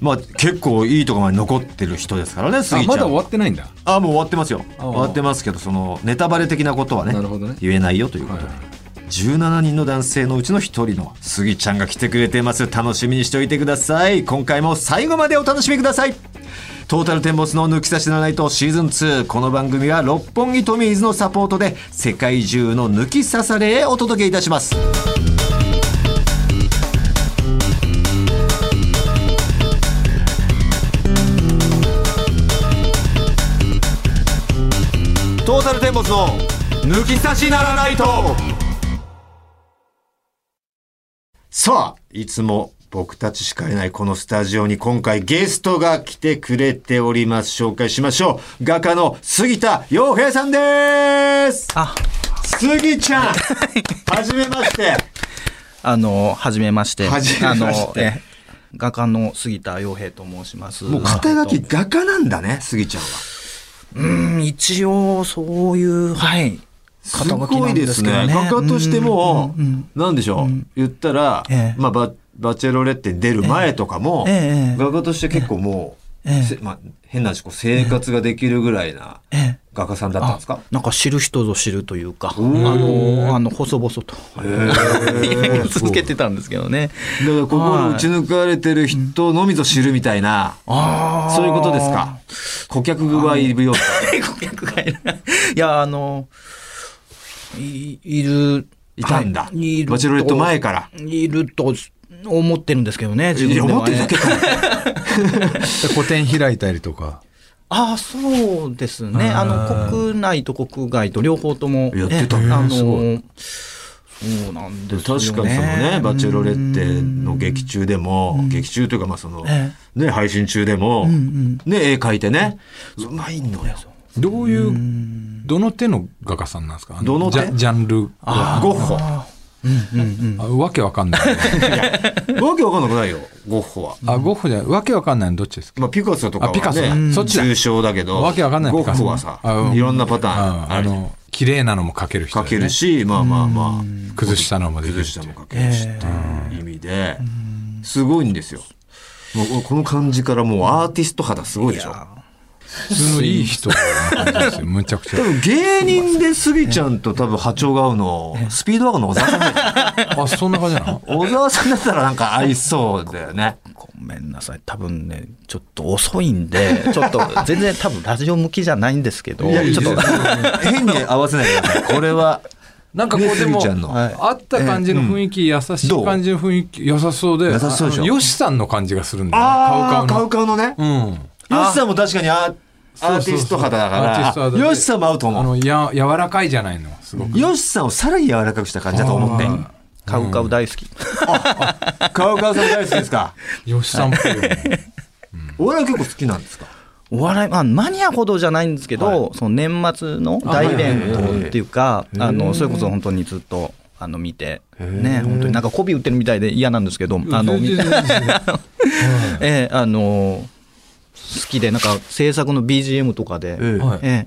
B: まあ結構いいとこまで残ってる人ですからね
C: あ
B: 杉ち
C: まだ
B: ゃん
C: 終わってないんだ
B: あもう終わってますよ
C: あ
B: 終わってますけどそのネタバレ的なことはね
C: なるほどね
B: 言えないよということで、
C: はいはい
B: 17人の男性のうちの1人のスギちゃんが来てくれてます楽しみにしておいてください今回も最後までお楽しみくださいトータルテンボスの抜き差しならないとシーズン2この番組は六本木トミーズのサポートで世界中の抜き刺されへお届けいたしますトータルテンボスの抜き差しならないとさあいつも僕たちしかいないこのスタジオに今回ゲストが来てくれております紹介しましょう画家の杉田洋平さんです
E: あ、
B: 杉ちゃんはじめまして
E: あの、はじめまして。
B: はじめまして
E: あのえ画家の杉田洋平と申します。
B: もう肩書
E: え
B: き
E: っと
B: 画家なんだね杉ちゃんは
E: うん、一応、そういう、はい。
B: す
E: 肩書き
B: ご
E: ないん
B: で
E: ですすけ
B: ね
E: どね。
B: 画家としても
E: うんうん
B: なんでしょう言ったら
E: ええ
B: まあババチェロレッテに出る前とかも
E: ええ
B: 画家として結構もう
E: ええ
B: せまあ変な話こう生活ができるぐらいな
E: ええ
B: 画家さんだったんですか
E: なんか知る人ぞ知るというか、あ
B: ー
E: の、あの細々と、
B: へえ
E: 続けてたんですけどね。
B: だから心打ち抜かれてる人のみぞ知るみたいな
E: あー
B: そういうことですか顧客はいるようだ
E: 顧客がいない。 いや、あの、いいる。
B: いたんだ
E: はいいると
B: バチェロレット前から
E: いると思ってるんですけどね、自
B: い
E: 分で
B: や
E: はね
B: 思ってるだけか
C: 個展開いたりとか
E: ああ、そうですね。あの、国内と国外と両方とも。
B: やってたね
E: えあの、
B: すご
E: そうなんですよ、ね。
B: 確かにそのね「バチェロレッテ」の
E: うん
B: 劇中でも劇中というかまあその
E: え
B: ね配信中でも
E: うんうん
B: ね絵描いてねうまいのよ
C: どういうどの手の画家さんなんですかあの
B: どの手
C: ジャジャンルあ
B: ゴッホわ
C: あわけわか んない
B: けわかんなくないよゴッホは。
C: あゴッホじゃないわけわかんないのどっちですか
B: まあ、ピカソとかは、ね、
C: あピカソうんそっちだ
B: 抽象だけど、
C: わけわかんない
B: ゴ
C: ピカ
B: ッ
C: ソ
B: ホはさ
C: あう、ん
B: いろんなパターン
C: あ
B: あ
C: あ
B: るじゃん
C: の綺麗なのも描ける人
B: 描
C: だ
B: け
C: よね
B: るし、まあまあまあ、
C: 崩したのもでき
B: 崩
C: るし
B: したも描けるしっていう意味で、すごいんですよ。もうこの感じからもうアーティスト肌すごいでしょ。
C: 普通のいい人なんですよむちゃく
B: 多
C: ち
B: 分芸人でスギちゃんと多分波長が合うの、スピードワゴンの小沢さんだよ
C: ゃあそんな感じなの
B: 小沢さんだったらなんか合いそうだよね。
E: ごめんなさい多分ねちょっと遅いんでちょっと全然多分ラジオ向きじゃないんですけどちょっと
B: 変に合わせないでくださいこれは、
C: なんかこう
B: ね
C: で
B: スギ
C: も
B: ちゃんの
E: はい
C: 会った感じの雰囲気優し
B: どう
C: い感じの雰囲気優しそうで
B: 優しそうでしょ
C: あのよしさんの感じがするんだよ
B: あ
C: ね
B: あ、カ
C: 顔
B: ウカウのね。
C: 顔のうん
B: ヨシさんも確かにアーアーティスト肌だ
C: アーティスト
B: か
C: 肌
B: ら、
C: で
B: ヨシさんも合うと
C: あ
B: 思う。
C: のや柔らかいじゃないのすごく
B: ヨシさんをさらに柔らかくした感じだと思って。
E: カウカウ大好き
B: カウカウさん大好きですか
C: よしさんっぽいよね
B: お笑い結構好きなんですか
E: お笑い、まあ、マニアほどじゃないんですけど、その年末の大イベントっていうかあ、のそれこそ本当にずっとあの見て、ね、本当になんか媚び売ってるみたいで嫌なんですけどあの、
C: 全然全然 全然
E: ええあの好きでなんか制作の BGM とかで、え
C: はい
E: え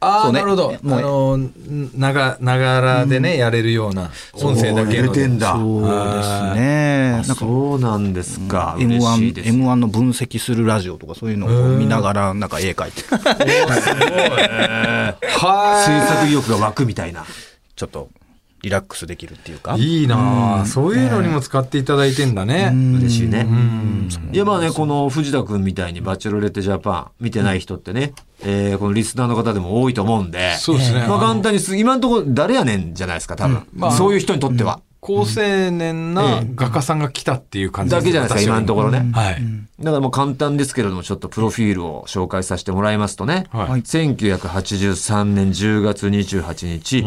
C: あ
E: そ
C: あ、
E: うね
C: なるほど。
E: え
C: あ
E: もう
C: の、なが、ながらでね、やれるような、音声だけ
B: 入れ
C: の。
B: てんだ。
E: そうですねなんか
B: そうなんですか。
E: m
B: 嬉しい
E: 1
B: です
E: m 1の分析するラジオとかそういうのを見ながらなんか絵描いて
B: 制
C: は
B: 作意欲が湧くみたいな。
E: ちょっとリラックスできるっていうか
C: い。いいなあそういうのにも使っていただいてんだね。
B: 嬉しいね
C: う。ん。
B: いやまあね、この藤田君みたいにバチェロレッテジャパン見てない人ってね、えーこのリスナーの方でも多いと思うんで。
C: そうですね
B: まあ簡単にす、今のところ誰やねんじゃないですか、多分。
C: まあ
B: そういう人にとっては。
C: 高青年な画家さんが来たっていう感じ
B: だけじゃないですか、今のところね。
C: ろ。はい。
B: だからもう簡単ですけれども、ちょっとプロフィールを紹介させてもらいますとね、
C: はい
B: 1983年10月28日、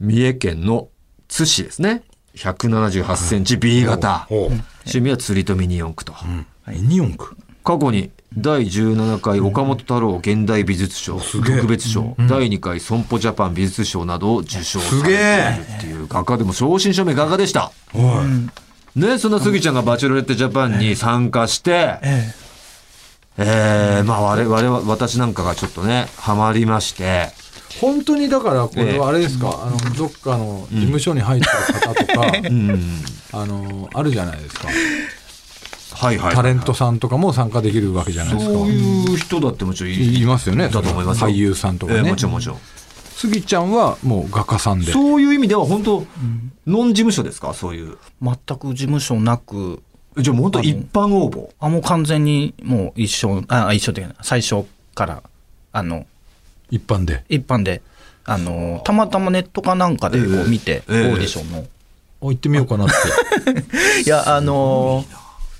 B: 三重県の津市ですね。178センチ B 型。趣味は釣りとミニ四駆と。
C: ミニ四駆。
B: 過去に第17回岡本太郎現代美術賞特別賞、第2回損保ジャパン美術賞などを受賞されているっていう画家でも正真正銘画家でした。ね、そんな杉ちゃんがバチェロレッテジャパンに参加して、えーまあ我々は、私なんかがちょっとね、ハマりまして、
C: 本当にだから、これはあれですか、あの、どっかの事務所に入ってる方とか、あの、あるじゃないですか。
B: はいはい。
C: タレントさんとかも参加できるわけじゃないですか
B: そう。いう人だってもちろんい
C: い
B: る
C: ますよね。
B: だと思いますよ
C: 俳優さんとか
B: えー
C: ね
B: も。ちろんもちろん。
C: スギちゃんはもう画家さんで。
B: そういう意味では本当、ノン事務所ですかそういう。
E: 全く事務所なく
B: じゃあもう本当一般応募。
E: あもう完全にもう一緒あ一緒で最初からあの
C: 一般で。
E: 一般であのたまたまネットかなんかでこ
B: ええ
E: う見て、
B: ええ
E: オーディションの、
C: お行ってみようかなって。
E: いやあの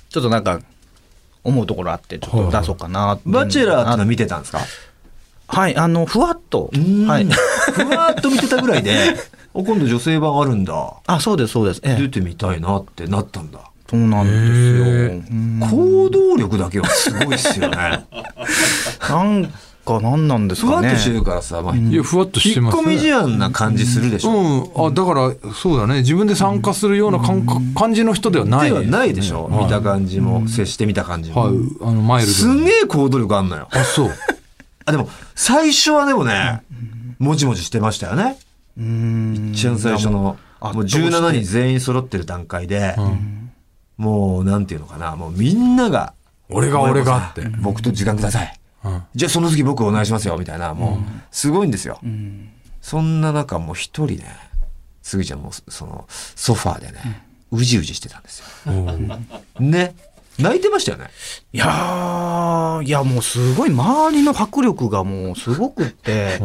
E: ちょっとなんか思うところあってちょっと出そうかなって
B: バチェラーってのは見てたんですか
E: はいあのふわっとはい
B: ふわーっと見てたぐらいで、お今度女性版あるんだ。
E: あそうですそうですえ
B: 出
E: え
B: てみたいなってなったんだ。
E: そうなんですようん
B: 行動力だけはすごいっすよね。
E: なんかなんなんです
B: ふわ
E: か
B: っ
E: ね
B: としてるからさ、まあ、
C: いや、ふわっとして
B: 引っ
C: ます
B: 込み思案な感じするでしょ。
C: うん。あ、だから、そうだね。自分で参加するような感覚、感じの人ではない。
B: ではないでしょ、
C: はい
B: 見た感じも、接してみた感じも。
C: はい。あの、マイルド。
B: すげえ行動力あんのよ。
C: あ、そう。
B: あ、でも、最初はでもね、もじもじしてましたよね。
E: うん
B: 一番最初の、
E: あ
B: もう
E: どうして
B: 17人全員揃ってる段階で、もう、なんていうのかな、もうみんなが、
C: 俺が俺がって。
B: 僕と時間ください。
C: うん
B: じゃあその次僕お願いしますよ、みたいな、もう、すごいんですよ。そんな中、もう一人ね、すぎちゃんも、その、ソファーでね、うじうじしてたんですよ。ね。泣いてましたよね。
E: いやー、いやもうすごい、周りの迫力がもうすごくって、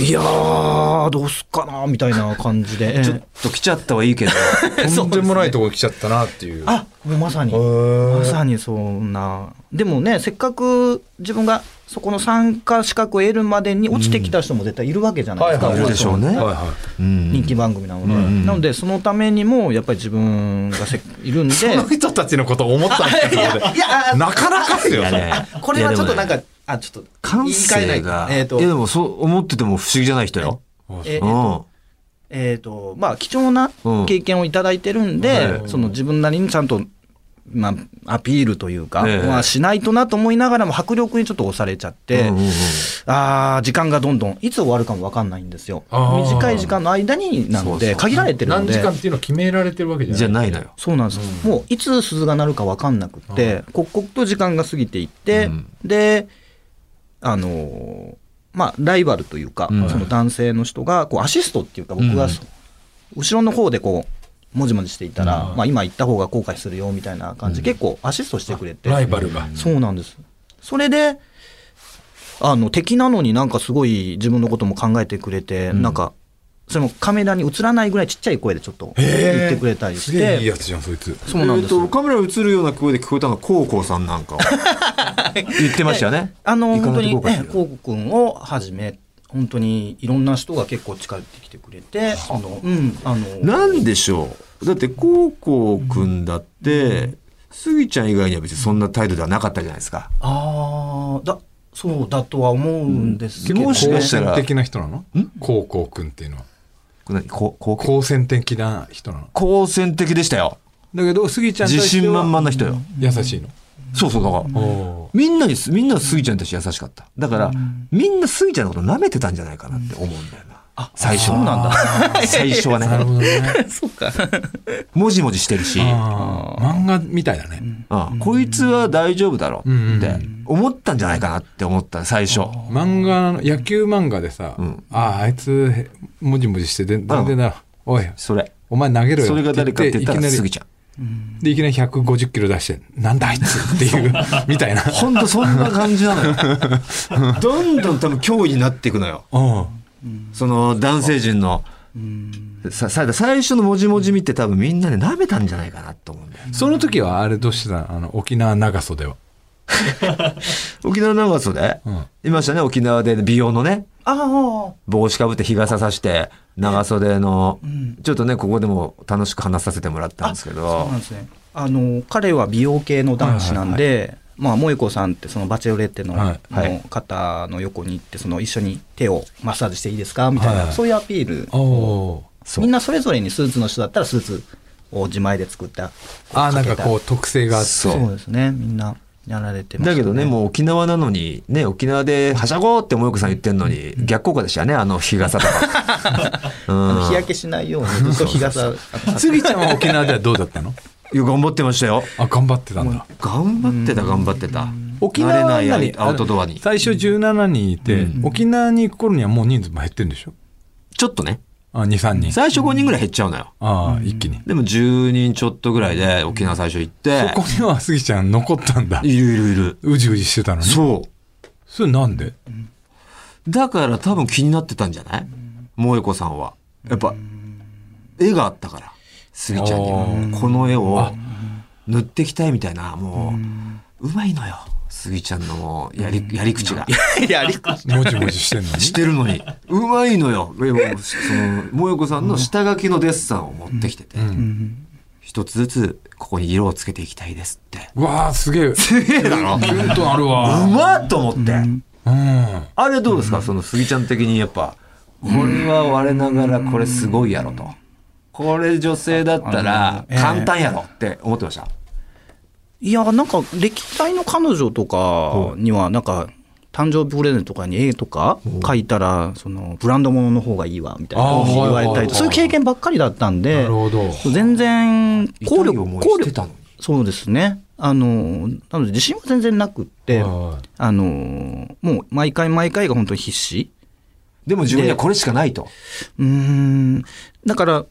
E: いやー、どうすっかなーみたいな感じで、
B: ちょっと来ちゃったはいいけど、
C: とんでもないとこ来ちゃったなっ ていう。
E: あもうまさに、まさにそんな、でもね、せっかく自分がそこの参加資格を得るまでに落ちてきた人も絶対いるわけじゃないですか、
B: はいはいいるでしょうね
E: オーディション
C: はいは
B: うん
E: 人気番組なので、なので、そのためにもやっぱり自分がせいるん で、
C: い。この人たちのことを思ったんですよ、俺
E: いや、あ
C: なかなかっすよ。
B: いやね
E: これはちょっとなん
B: いやでもね
E: か、あ、ちょっと、
B: 感
E: 言い換えな
B: 性
E: い
B: が、
E: えっ、と
B: いや、でもそう思ってても不思議じゃない人よ。
E: え
B: う
E: ー
B: ん。
E: えーとまあ、貴重な
B: うん
E: 経験をいただいてるんで、
B: え
E: その自分なりにちゃんと、まあ、アピールというか、
B: ええ
E: まあ、しないとなと思いながらも迫力にちょっと押されちゃって、
B: うんうんうん
E: あー時間がどんどんいつ終わるかも分かんないんですよ
C: あー
E: 短い時間の間になので
B: そうそう
E: 限 られてるの
C: 何
E: で
C: 時間っていうのは決められてるわけじ
B: じゃ
C: ゃない。
B: ないのよ。
E: そうなんです、もういつ鈴が鳴るか分かんなくって刻々と時間が過ぎていって、であのーまあ、ライバルというか、
B: うん
E: その男性の人がこうアシストっていうか僕
B: う
E: が
B: ん
E: そ後ろの方でこうもじもじしていたら、まあ、今行った方が後悔するよみたいな感じで、結構アシストしてくれて
C: ライバルが。
E: そうなんですそれであの敵なのになんかすごい自分のことも考えてくれて、なんかそれもカメラに映らないぐらいちっちゃい声でちょっと言ってくれたりし
C: すげえいい
E: て
C: やつじゃん、そいつ。
E: そうなんです
B: えーとカメラ映るような声で聞こえたのがコウコウさんなんか言ってましたよね
E: あの
B: 行か
E: 本
B: な
E: 当
B: いと
E: に
B: 後悔す
E: ね
B: るよ
E: こうこくんをはじめ本当にいろんな人が結構近寄ってきてくれてそのうんあの
B: なんでしょうだってコウコウくんだってスギちゃん以外には別にそんな態度ではなかったじゃないですか
E: あーだそうだとは思うんですけど、ね
B: もしかしたら
C: 高専的な人なの高校くんっていうのは。
B: これ何ここう
C: 高専的な人なの。
B: 好戦的でしたよ
C: だけど、スギちゃんに
B: 自
C: 対して
B: 信
C: は
B: 満々な人よ
C: 優しいの。
B: そうそうだからみんなにみんなスギちゃんに対して優しかっただからみんなスギちゃんのこと舐めてたんじゃないかなって思うんだよな最初は
E: そうなんだ
B: 最初はね
C: なるほど ね。
E: そうか
B: もじもじしてるし
C: あー漫画みたいだね。
B: うんこいつは大丈夫だろうって思ったんじゃないかなって思った最初
C: 漫画の野球漫画でさ、
B: ん
C: あああいつへもじもじしてで全然だ、おい
B: それ
C: お前投げろよ
B: それが誰かって言ったら
C: いき
B: ス
C: な
B: ギ
C: り
B: ちゃん
C: でいきなり150キロ出してなんだあいつっていう みたいな
B: ほんとそんな感じなのよどんどん多分脅威になっていくのよ
C: うん
B: その男性陣のささ最初のもじもじ見って多分みんなで舐めたんじゃないかなと思うんだよ
C: その時はあれどうしてたのあの沖縄長袖は、
B: 沖縄長袖
C: うん
B: いましたね沖縄で美容のね
E: ああ
B: 帽子かぶって日傘さして長袖のちょっとねここでも楽しく話させてもらったんですけ
E: そう
B: ど
E: なんですね。あの彼は美容系の男子なんで、まあ萌子さんってそのバチェロレッテの,、
C: はい
B: はい
E: の方の横に行ってその一緒に手をマッサージしていいですかみたいな、
C: はい
E: そういうアピール。
C: お
E: みんなそれぞれにスーツの人だったらスーツを自前で作った。
C: ああなんかこう特性があって
B: そう
E: そうですね。みんなやられてました
B: だけどね、もう沖縄なのに、ね、沖縄ではしゃごうってもよこさん言ってんのに、逆効果でしたよね、あの日傘とか。 う
E: あの
B: ん。
E: 日焼けしないようにずっと日傘。
C: スギちゃんは沖縄ではどうだったの
B: いや頑張ってましたよ。
C: あ頑張ってたんだ
B: 頑張ってた、頑張ってた。
C: 沖縄
B: 慣
C: は
B: れない
C: 何
B: アウトドアに。
C: 最初17人いて、沖縄に行く頃にはもう人数も減ってるんでしょ
B: ちょっとね、
C: あ23人
B: 最初5人ぐらい減っちゃうのよ。
C: ああ一気に
B: でも10人ちょっとぐらいで沖縄最初行って、
C: そこにはスギちゃん残ったんだ。
B: いるいるいる。
C: うじうじしてたのに。
B: そう。
C: それなんで
B: だから多分気になってたんじゃない萌子さんは。やっぱ、絵があったから、スギちゃんに
C: あ
B: は
C: ー
B: この絵を塗ってきたいみたいな、もう、うまいのよ。スギちゃんのもうやり、やり口が。
E: やり 口
C: もじもじしてんの に。
B: してるのに。うまいのよ。でも その、萌子さんの下書きのデッサンを持ってきてて、一つずつ、ここに色をつけていきたいです って。
C: うわあ、すげえ。
B: すげえだ ろう
C: キュンとあるわ。
B: まっと思って。
C: うん。
B: あれどうですか、そのスギちゃん的にやっぱ、これは我ながらこれすごいやろと。これ女性だったら
E: あの
B: 簡単やろって思ってました。
E: いや、なんか歴代の彼女とかには、なんか、誕生日プレゼントとかに絵とか書いたら、そのブランド物の方がいいわみたいな
C: あー
E: 言われた
C: はいはい
E: り
C: は
E: と
C: い
E: か、そういう経験ばっかりだったん
C: な
E: で
C: る、ほど。
E: 全然効
B: 痛い
E: 力、
B: 思い
E: 効
B: してた
E: 力、
B: のに。
E: そうですね。あの、なので自信は全然なくって、
C: は
E: あの、もう毎回毎回が本当に必死。
B: でも自分にはこれしかないと。
E: うーんだから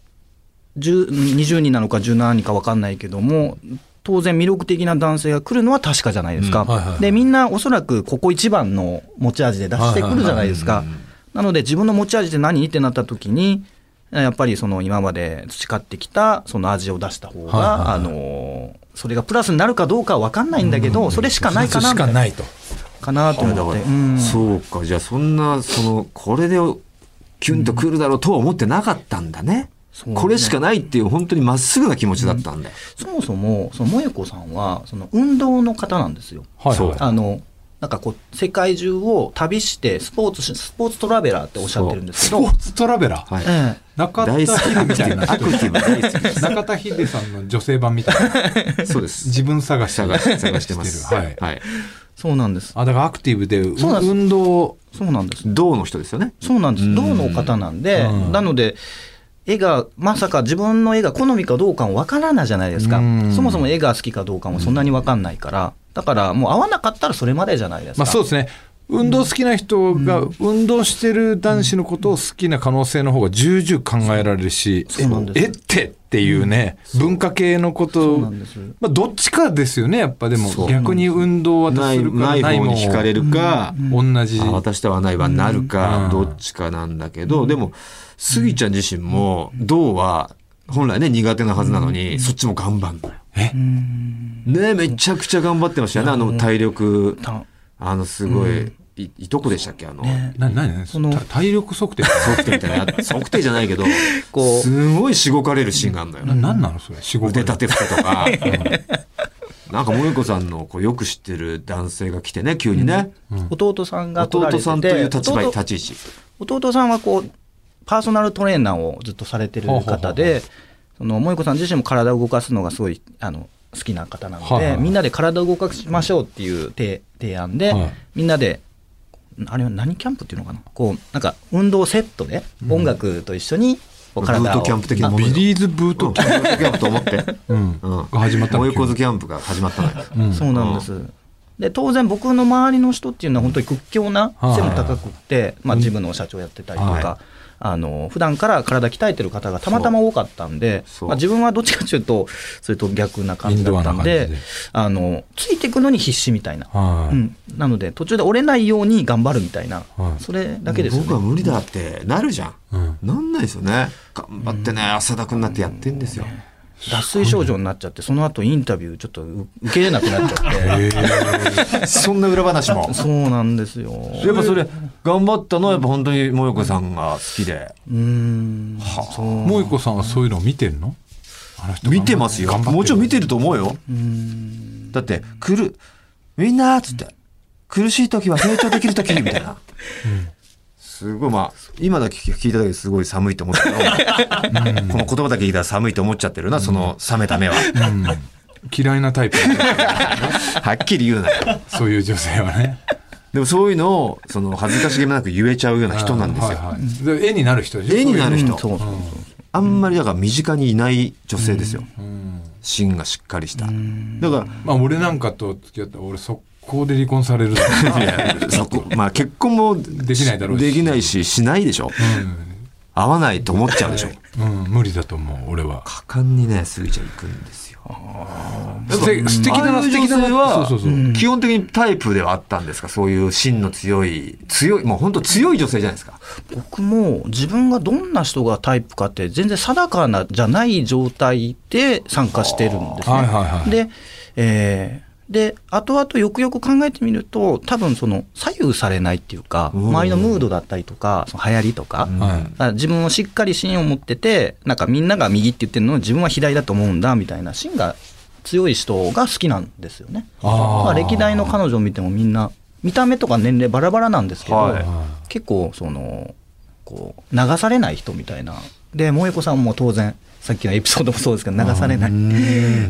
E: 10 20人なのか17人か分かんないけども当然魅力的な男性が来るのは確かじゃないですか、
C: うんはいはいはい
E: でみんなおそらくここ一番の持ち味で出してくるじゃないですか、なので自分の持ち味って何ってなった時にやっぱりその今まで培ってきたその味を出した方が、
C: はいはいはい
E: あのそれがプラスになるかどうかは分かんないんだけど、それしかないかな
C: しかないと。
E: かなと
B: いやだ
E: 思
B: か
E: っ
B: ら
E: て、うん
B: そうか、じゃあそんな、その、これでキュンとくるだろうとは思ってなかったんだね。
E: そうね
B: これしかないっていう本当にまっすぐな気持ちだったんだよ。
E: そもそもその萌子さんはその運動の方なんですよ。
C: はいはい
E: あのなんかこう世界中を旅してスポーツしスポーツトラベラーっておっしゃってるんです
C: ス
E: けど、
C: ポーツトラベラー。
B: はい。
E: え
C: 中田
B: 大好き
C: 秀みたいな
B: アク
C: 人。
B: ティブ大好きです。
C: 中田秀さんの女性版みたいな。
B: そう です。
C: 自分探し
B: 探して探してます。
C: はい。
B: はい。
E: えそうなんです
C: あ、だからアクティブでう
E: そうなんです
C: 運動を
E: そうなんです
B: 銅の人ですよね。
E: そうなんです銅の方なんで、
C: うん
E: なので絵がまさか自分の絵が好みかどうかもわからないじゃないですか、
C: うん
E: そもそも絵が好きかどうかもそんなにわかんないから、だからもう合わなかったらそれまでじゃないです
C: ま
E: か、
C: あそうですね。運動好きな人が運動してる男子のことを好きな可能性の方が重々考えられるし、
E: そうなんです
C: ええってっていうね、文化系のこ
E: そ
C: と、
E: うなんです
C: まあどっちかですよね、やっぱでも
B: そう
C: 逆に運動は
B: な
C: 私す
B: い
C: るから
B: ない
C: ない
B: 方
C: もんを
B: に惹かれるか、
C: 同じ。
B: あ私とはないはなるか、
C: うん
B: どっちかなんだけど、でもスギちゃん自身も銅は本来ね苦手なはずなのに、そっちも頑張んのよ。ねめちゃくちゃ頑張ってましたよね、あの体力
E: た
B: あのすごい、いいとこでしたっけあの、
E: ね
C: ななに
E: その
C: た体力測定
B: 測定み たいな測定じゃないけど
E: こう
B: すごいしごかれるシーンがあるのよ。
C: ななんなのそれ仕事
B: 腕立て伏せと か。なんか萌子さんのこうよく知ってる男性が来てね急にね、
E: 弟さんが来ら
B: 弟
E: れてて
B: さんという立場に
E: 弟
B: 立ち位置
E: 弟さんはこうパーソナルトレーナーをずっとされてる
C: ほうほうほ
E: 方
C: う
E: でその萌子さん自身も体を動かすのがすごいあの好きな方なので、
C: はいはい
E: みんなで体を動かしましょうっていう提提案で、
C: はい
E: みんなであれは何キャンプっていうのかなこうなんか運動セットで音楽と一緒にこう体
B: ブー
E: を、
B: トキャンプ的なもの
C: ビリーズブー
B: ブ
C: ト
B: ートキャンプと思って、
C: うん
B: うん、
C: が始まったの
B: 萌子ズキャンプが始まったのよ、
C: うん
E: そうなんです。で当然僕の周りの人っていうのは本当に屈強な
C: はい
E: 背も高くって、まあ、ジムの社長やってたりとか、
B: は
E: あの普段から体鍛えてる方がたまたま多かったんで
B: そう
E: まあ、自分はどっちかというとそれと逆な感じだった
C: イ
E: ん
C: ンドアな
E: で
C: 感じで
E: あのついていくのに必死みたいな、
C: はい
E: うん、なので途中で折れないように頑張るみたいな、
C: はい
E: それだけですよね
B: 僕は無理だってなるじゃん、
C: うん
B: なんないですよね頑張ってね汗だくになってやってんですよ、
E: 脱水症状になっちゃってその後インタビューちょっと受けれなくなっちゃっ て
B: そんな裏話も
E: そうなんですよ。
B: やっぱそれ頑張ったのはやっぱ本当に萌子さんが好きで、
E: うーんそう
C: 萌子さんはそういうのを見てるのあの人
B: 見てますよ
C: 頑張ってる
B: もちろん見てると思うよだってくるみんなっつって苦しい時は成長できる時み たいな、すごいまあ今だけ聞いただけですごい寒いと思ったけど、この言葉だけ聞いたら寒いと思っちゃってるな、その冷めた目は、
C: 嫌いなタイプ
B: はっきり言うなよ
C: そういう女性はね
B: でもそういうのをその恥ずかしげもなく言えちゃうような 人なんですよ、
C: はいはいで絵になる人でしょ
B: 絵になる人、
E: うんそうそうそう
B: あんまりだから身近にいない女性ですよ、芯がしっかりした、だから
C: まあ俺なんかと付き合ったら俺速攻で離婚され るだろうな
B: そこまあ結婚もで
C: きないだろうし
B: できないししないでしょ、合わないと思っちゃうでしょ
C: うん無理だと思う俺は
B: 果敢にねスギちゃん行くんですよ
C: 素敵素敵だ
B: ああ
C: な
B: いう
C: 素敵だ
B: 女性は
C: なそうそうそう
B: 基本的にタイプではあったんですかそういう芯の強い強いもう本当強い女性じゃないですか
E: 僕も自分がどんな人がタイプかって全然定かなじゃない状態で参加してるんですね。
C: はいはいはい
E: で、えーで後々よくよく考えてみると多分その左右されないっていうか
B: うん
E: 周りのムードだったりとかその流行りとか。
C: はい
E: あ自分をしっかり芯を持っててなんかみんなが右って言ってるのを自分は左だと思うんだみたいな芯が強い人が好きなんですよね。だ
C: あー
E: から歴代の彼女を見てもみんな見た目とか年齢バラバラなんですけど、
B: はい
E: 結構そのこう流されない人みたいなで萌子さんも当然さっきのエピソードもそうですけど流されない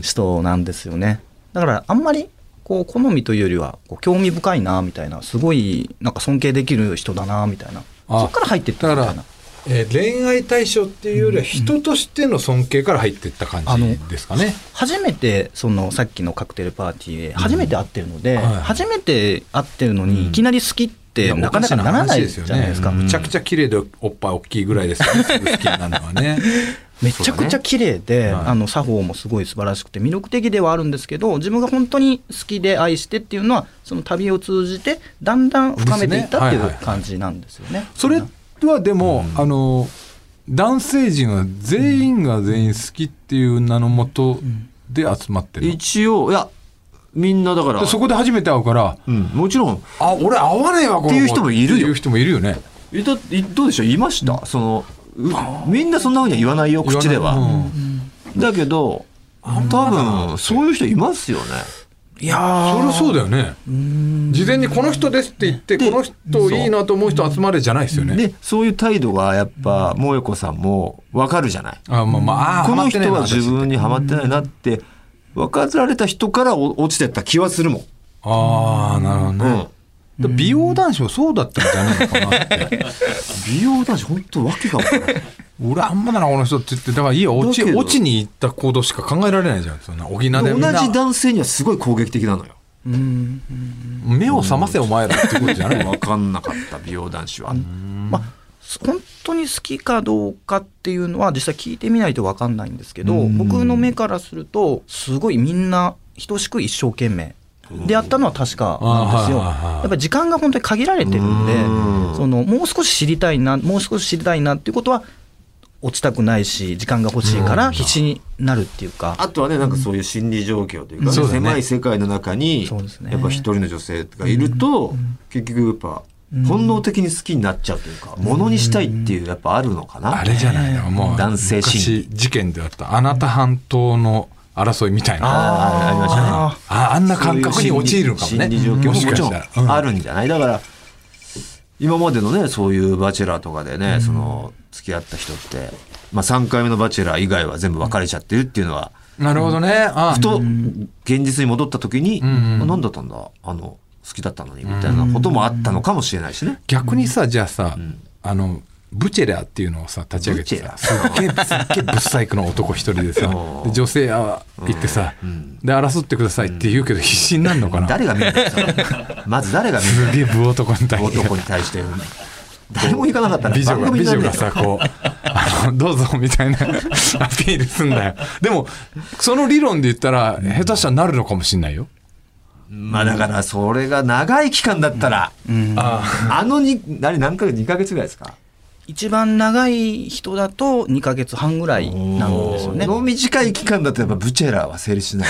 E: 人なんですよねだからあんまりこう好みというよりはこう興味深いなみたいなすごいなんか尊敬できる人だなみたいな
C: あ
E: そっから入ってった
C: だ
E: み
C: か
E: たい
C: ら
E: な。
C: えー恋愛対象っていうよりは人としての尊敬から入っていった感
E: あの
C: じですかね。
E: 初めてそのさっきのカクテルパーティーで初めて会ってるので、
C: はい
E: 初めて会ってるのにいきなり好きってなかなかならないじゃないですか、
C: おかしな話よねむちゃくちゃ綺麗でおっぱい大きいぐらいです よねすぐ好きになるのはね。
E: めちゃくちゃ綺麗で、
C: はい
E: あの作法もすごい素晴らしくて魅力的ではあるんですけど自分が本当に好きで愛してっていうのはその旅を通じてだんだん深めていったってい
C: ですねはいはいは
E: う
C: い
E: 感じなんですよね。
C: それはでも、あの男性陣は全員が全員好きっていう名のもとで集まってるの、
B: 一応いやみんなだから
C: でそこで初めて会うから
B: うん、もちろん
C: あ俺合わねえわこの子
B: っていう人もいるよ
C: っていう人もいるよね
B: いたいどうでしょういましたそのうみんなそんなふうには言わないよ口では、
C: 言わない
B: だけど多分そういう人いますよね
E: いや
C: うんそりゃそうだよね事前にこの人ですって言ってこの人いいなと思う人集まれじゃないですよね
B: でそういう態度がやっぱ萌子さんも分かるじゃない
C: あまあまああー
B: こ
C: ハマ
B: の
C: ってねえ
B: 人
C: な
B: は自分にはまってないなって分かられた人からお落ちてった気はするもん、
C: ああなるほど
B: う
C: ね
B: ん、、
C: で美容男子もそうだったんじゃないのかなって
B: 美容男子本当わけが分からない
C: 俺あんまだなこの人って言ってだからいいや落ち
B: だけど
C: 落ちに行った行動しか考えられないじゃんそんな補いでみんな
B: 同じ男性にはすごい攻撃的なのよ
E: うんうん
C: 目を覚ませお前らってことじゃない
B: 分かんなかった美容男子は
E: あまあす本当に好きかどうかっていうのは実際聞いてみないと分かんないんですけど
C: うん
E: 僕の目からするとすごいみんな等しく一生懸命でやったのは確かなんで
C: あーはいは
E: すよ。
C: いはい
E: やっぱり時間が本当に限られてるんで
B: うん
E: そのもう少し知りたいなもう少し知りたいなっていうことは落ちたくないし時間が欲しいから必死になるっていうか。
B: あとはねなんかそういう心理状況というかね、
C: そうだね
B: 狭い世界の中に、
E: そうですね
B: やっぱ一人の女性がいると、結局やっぱ本能的に好きになっちゃうというか、ものにしたいっていうやっぱあるのかな、
C: あれじゃないのもう
B: 男性心理
C: 昔事件であったあなた半島の争いみたいなあ
B: あーありましたね
E: あ
C: あんな感覚に陥るかもね
B: 心理心理状況ももち
C: しかし
B: ろ
C: た
B: ん
C: ら
B: あるんじゃない、だから今までのねそういう「バチェラー」とかでね、その付き合った人って、まあ、3回目の「バチェラー」以外は全部別れちゃってるっていうのは、
C: うんなるほどねあ
B: ふと現実に戻った時に「
C: ん
B: あ何だったんだあの好きだったのに」みたいなこともあったのかもしれないしね。
C: 逆にさじゃあさあのブチェラーっていうのをさ立ち上げてさ
B: ブ
C: すっげえすっげえぶっ細工の男一人 でさ
B: うん
C: で女性は行ってさで争ってくださいって言うけど必死になるのかな
B: 誰が見るんだよそれまず誰が見るん
C: すげえ武男に対
B: だよ
C: して
B: 男に対して誰も行かなかったら
C: 美女
B: 番
C: が
B: 組
C: 美
B: にな
C: 女
B: んねえ
C: がさこうあのどうぞみたいな アピールすんだよでもその理論で言ったら下手したらなるのかもしんないよ
B: まあだからそれが長い期間だったら、あのに何何ヶ月2ヶ月ぐらいですか
E: 一番長い人だと2ヶ月半ぐらいなんですよね。
B: この短い期間だとやっぱブチェラーは成立しない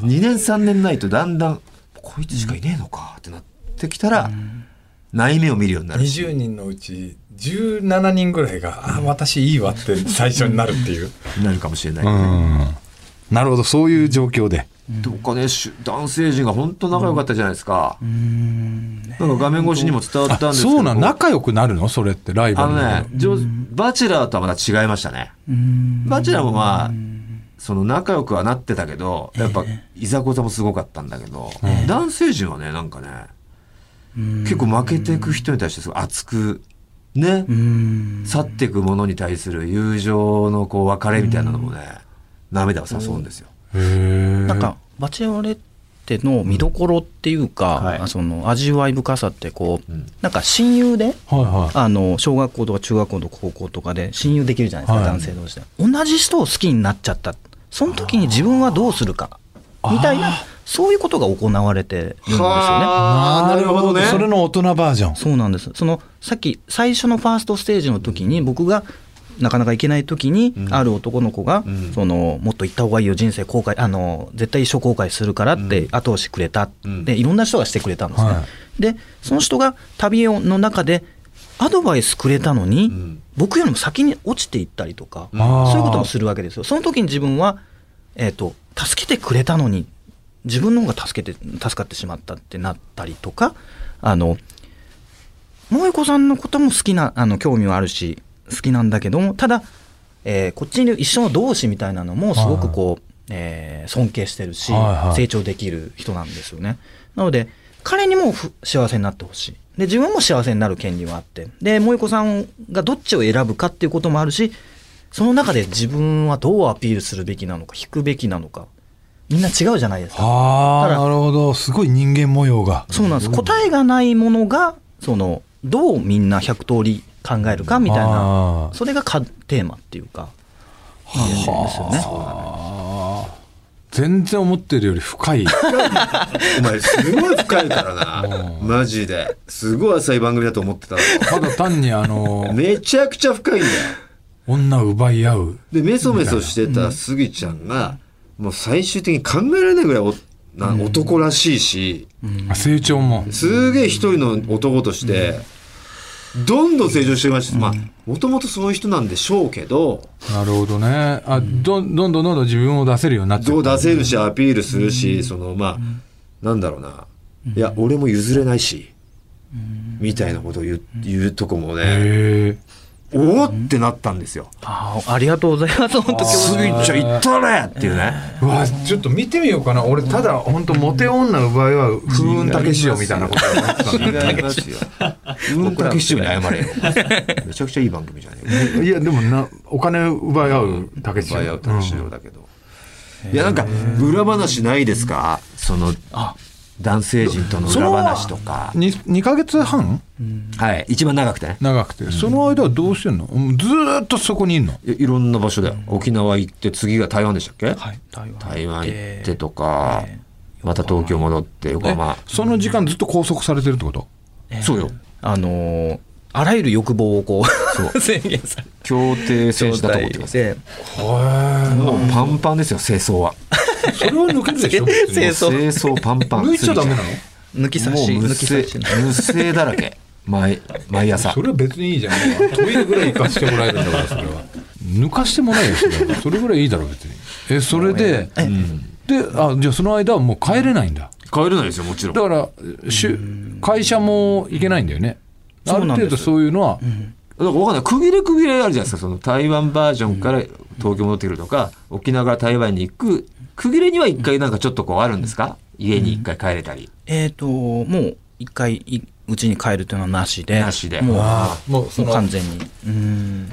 B: 2年3年ないとだんだんこいつしかいねえのかってなってきたら内面を見るようになる
F: 20人のうち17人ぐらいが「あ私いいわ」って最初になるっていう
B: なるかもしれない、
C: うんなるほどそういう状況で
B: とかねしゅ男性陣が本当仲良かったじゃないですか、なんか画面越しにも伝わったんですけど
C: そうなん仲良くなるのそれってライバ
B: あ
C: ル
B: のね
C: の、
B: ジョバチェラーとはまた違いましたね。バチェラーもまあ、その仲良くはなってたけど、やっぱ、いざこざもすごかったんだけど、男性陣はね、なんかね、結構負けていく人に対してすごい熱く、ね、去っていくものに対する友情のこう別れみたいなのもね、涙を誘うんですよ。
E: なんかバチェラレッテの見どころっていうか、
B: はい
E: あその味わい深さってこう、
B: うん
E: なんか親友で
C: はいはい
E: あの小学校とか中学校とか高校とかで親友できるじゃないですか、
C: はい
E: 男性同士で同じ人を好きになっちゃったその時に自分はどうするかみたいなそういうことが行われてるんですよね。
B: はあ
C: それの大人バージョン
E: そうなんですそのさっき最初のファーストステージの時に僕がなかなか行けない時に、ある男の子が、
B: ん
E: その「もっと行った方がいいよ人生後悔あの絶対一生後悔するから」って後押しくれた、
B: ん
E: でいろんな人がしてくれたんですね。
C: は
E: でその人が旅の中でアドバイスくれたのに、
B: ん
E: 僕よりも先に落ちていったりとか、
C: あー
E: そういうこともするわけですよ。その時に自分は、えー、と助けてくれたのに自分の方が助けて助かってしまったってなったりとかあの萌子さんのことも好きなあの興味はあるし好きなんだけどもただ、えーこっちにいる一緒の同志みたいなのもすごくこう、えー尊敬してるし、
C: はいはい
E: 成長できる人なんですよね。なので彼にもふ幸せになってほしい。で自分も幸せになる権利はあってで萌子さんがどっちを選ぶかっていうこともあるしその中で自分はどうアピールするべきなのか引くべきなのかみんな違うじゃないですか。
C: はあ
E: だから
C: なるほどすごい人間模様が
E: そうなんです答えがないものがそのどうみんな100通り考えるかみたいな
C: あー
E: それがかテーマっていうかなんですよね。
C: 全然思ってるより深い
B: お前、すごい深いから な。マジで。すごい浅い番組だと思ってたの
C: ただ単にあ の
B: めちゃくちゃ深いんだよ。
C: 女を奪い合う
B: でメソメソしてたスギちゃんが、もう最終的に考えられないぐらいおな男らしいし、
C: 成長も
B: すげえ一人の男として、どんどん成長してました。まあ、もともとそういう人なんでしょうけど、
C: なるほどねあどんどんどんどんどん自分を出せるようになって
B: どう出せるし、アピールするし、その、まあ、なんだろうな。いや、俺も譲れないし、みたいなことを言う言うとこもね、
C: へ
B: おおってなったんですよ。
E: あーありがとうございます本当今
B: ス
E: 日
B: ギちゃんいったねっていうね。
C: えわちょっと見てみようかな俺ただ本当モテ女奪い合う風雲竹師匠みたいなことだと思って
B: 違いますよ。うんこ師匠に謝れよ。めちゃくち ゃいい番組じゃねえか。
C: たいやでもなお金奪い合う竹師
B: バイア
C: 匠
B: ウトの師匠だけど。いやなんか裏話ないですかその男性陣との裏話とか
G: に2ヶ月半
B: はい一番長くてね
G: 長くてその間はどうしてんのもうずーっとそこにいんの
B: いいろんな場所で沖縄行って次が台湾でしたっけ、
E: はい、台湾
B: 台湾行ってとか、また東京戻って横浜、
G: その時間ずっと拘束されてるってこと
B: そうよ
E: あのーあらゆる欲望をこう 制限される
B: 協定選手だと思ってます
E: で
B: もうパンパンですよ清掃は
G: それは抜けるでしょ別に
E: 清掃
B: 清掃パンパン
G: 抜いちゃダメなの
E: 抜き差
B: も
E: し
B: う無
E: 抜き差
B: 声
E: し
B: 無声だらけ毎毎朝
G: それは別にいいじゃんトイレぐらい行かせてもらえるんだからそれは抜かしてもらえよそれはそれぐらいいいだろ別にえそれで、であじゃあその間はもう帰れないんだ
B: 帰れないですよもちろん
G: だからしゅ会社も行けないんだよねあ
E: う
G: る
E: なん
G: 程
E: です
G: 度そういうのは、
B: だから分かんない区切れ区切れあるじゃないですかその台湾バージョンから東京戻ってくるとか、沖縄から台湾に行く区切れには一回なんかちょっとこうあるんですか、家に一回帰れたり、
E: えっ、ともう一回いうちに帰るというのはなしで
B: なしで
E: もう
H: もうそ
E: もう
H: の
E: 完全にうん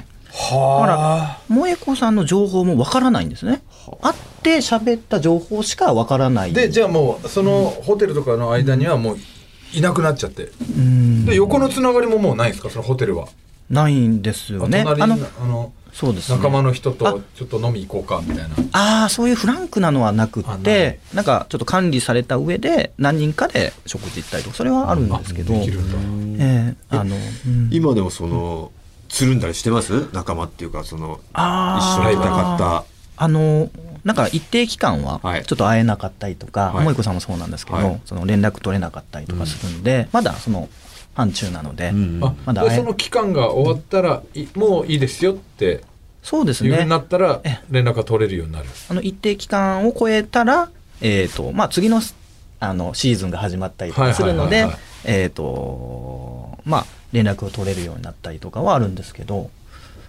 H: は
E: 萌子さんの情報もわからないんですね会って喋った情報しかわからない
H: あでじゃあもうそのホテルとかの間にはもういなくなっちゃって
E: うん
H: で横のつながりももうないんですかそのホテルは
E: ないんですよね
H: あ隣
E: あの
H: にあの
E: そうです、ね、
H: 仲間の人
E: あ
H: とちょっと飲み行こうかみたいな
E: ああそういうフランクなのはなく
H: あな
E: てなんかちょっと管理された上で何人かで食事行ったりとかそれはあるんですけど、
H: できるんだ
E: ええあの、うん
B: 今でもそのつるんだりしてます仲間っていうかその
E: あー
B: 一緒にいたかっ
E: あのなんか一定期間は
B: はい
E: ちょっと会えなかったりとか、
B: はい
E: 萌子さんもそうなんですけど、
B: はい
E: その連絡取れなかったりとかするんで、まだその範疇なので、
B: ん
H: あ
E: まだ
H: で
E: 会え
H: その期間が終わったらいもういいですよって
E: そうです
H: いうふう
E: ね
H: になったら
E: え
H: 連絡が取れるようになる
E: あの一定期間を超えたら、えーとまあ、次のスあのシーズンが始まったりとかするの
H: はい
E: で
H: はいはい
E: えーとまあ連絡を取れるようになったりとかはあるんですけど、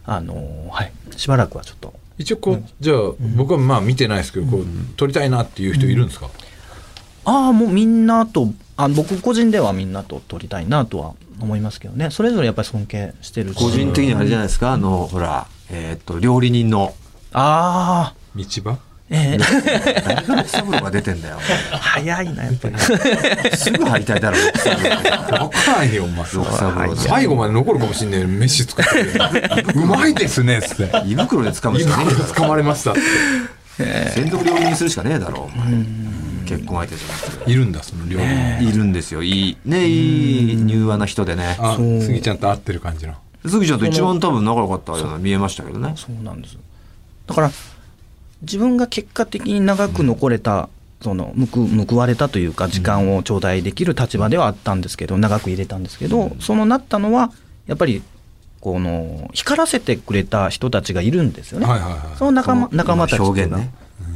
E: あのはい、しばらくはちょっと
H: 一応こう、じゃあ僕はまあ見てないですけどこう撮りたいなっていう人いるんですか、
E: ああもうみんなとあ僕個人ではみんなと取りたいなとは思いますけどねそれぞれやっぱり尊敬してるし
B: 個人的にはあれじゃないですかあのほらえっ、と料理人 の
E: ああ
H: 道場
E: えー
B: 誰がサブロが出てんだよ
E: 早いなやっぱり
B: すぐ敗退だろう
H: 分からんよお前
B: 六三郎の
H: 最後まで残るかもしんない飯作ってる
G: うまいですねっつって
B: 胃袋で掴むしかねえだろ
H: 掴まれましたって
B: 専属料理人するしかねえだろお前結婚相手じゃなくて
G: いるんだその料理人
B: いるんですよいいねいい柔和な人でね
G: あスギちゃんと合ってる感じの
B: 杉ちゃんと一番多分仲良かったような見えましたけどね
E: そうなんですだから自分が結果的に長く残れた、その報報われたというか時間を頂戴できる立場ではあったんですけど長く入れたんですけど、そのなったのはやっぱりこの光らせてくれた人たちがいるんですよね、
G: はいはいはい
E: その仲間仲間たちと
B: 表
E: いう
B: 現
E: のは
B: ね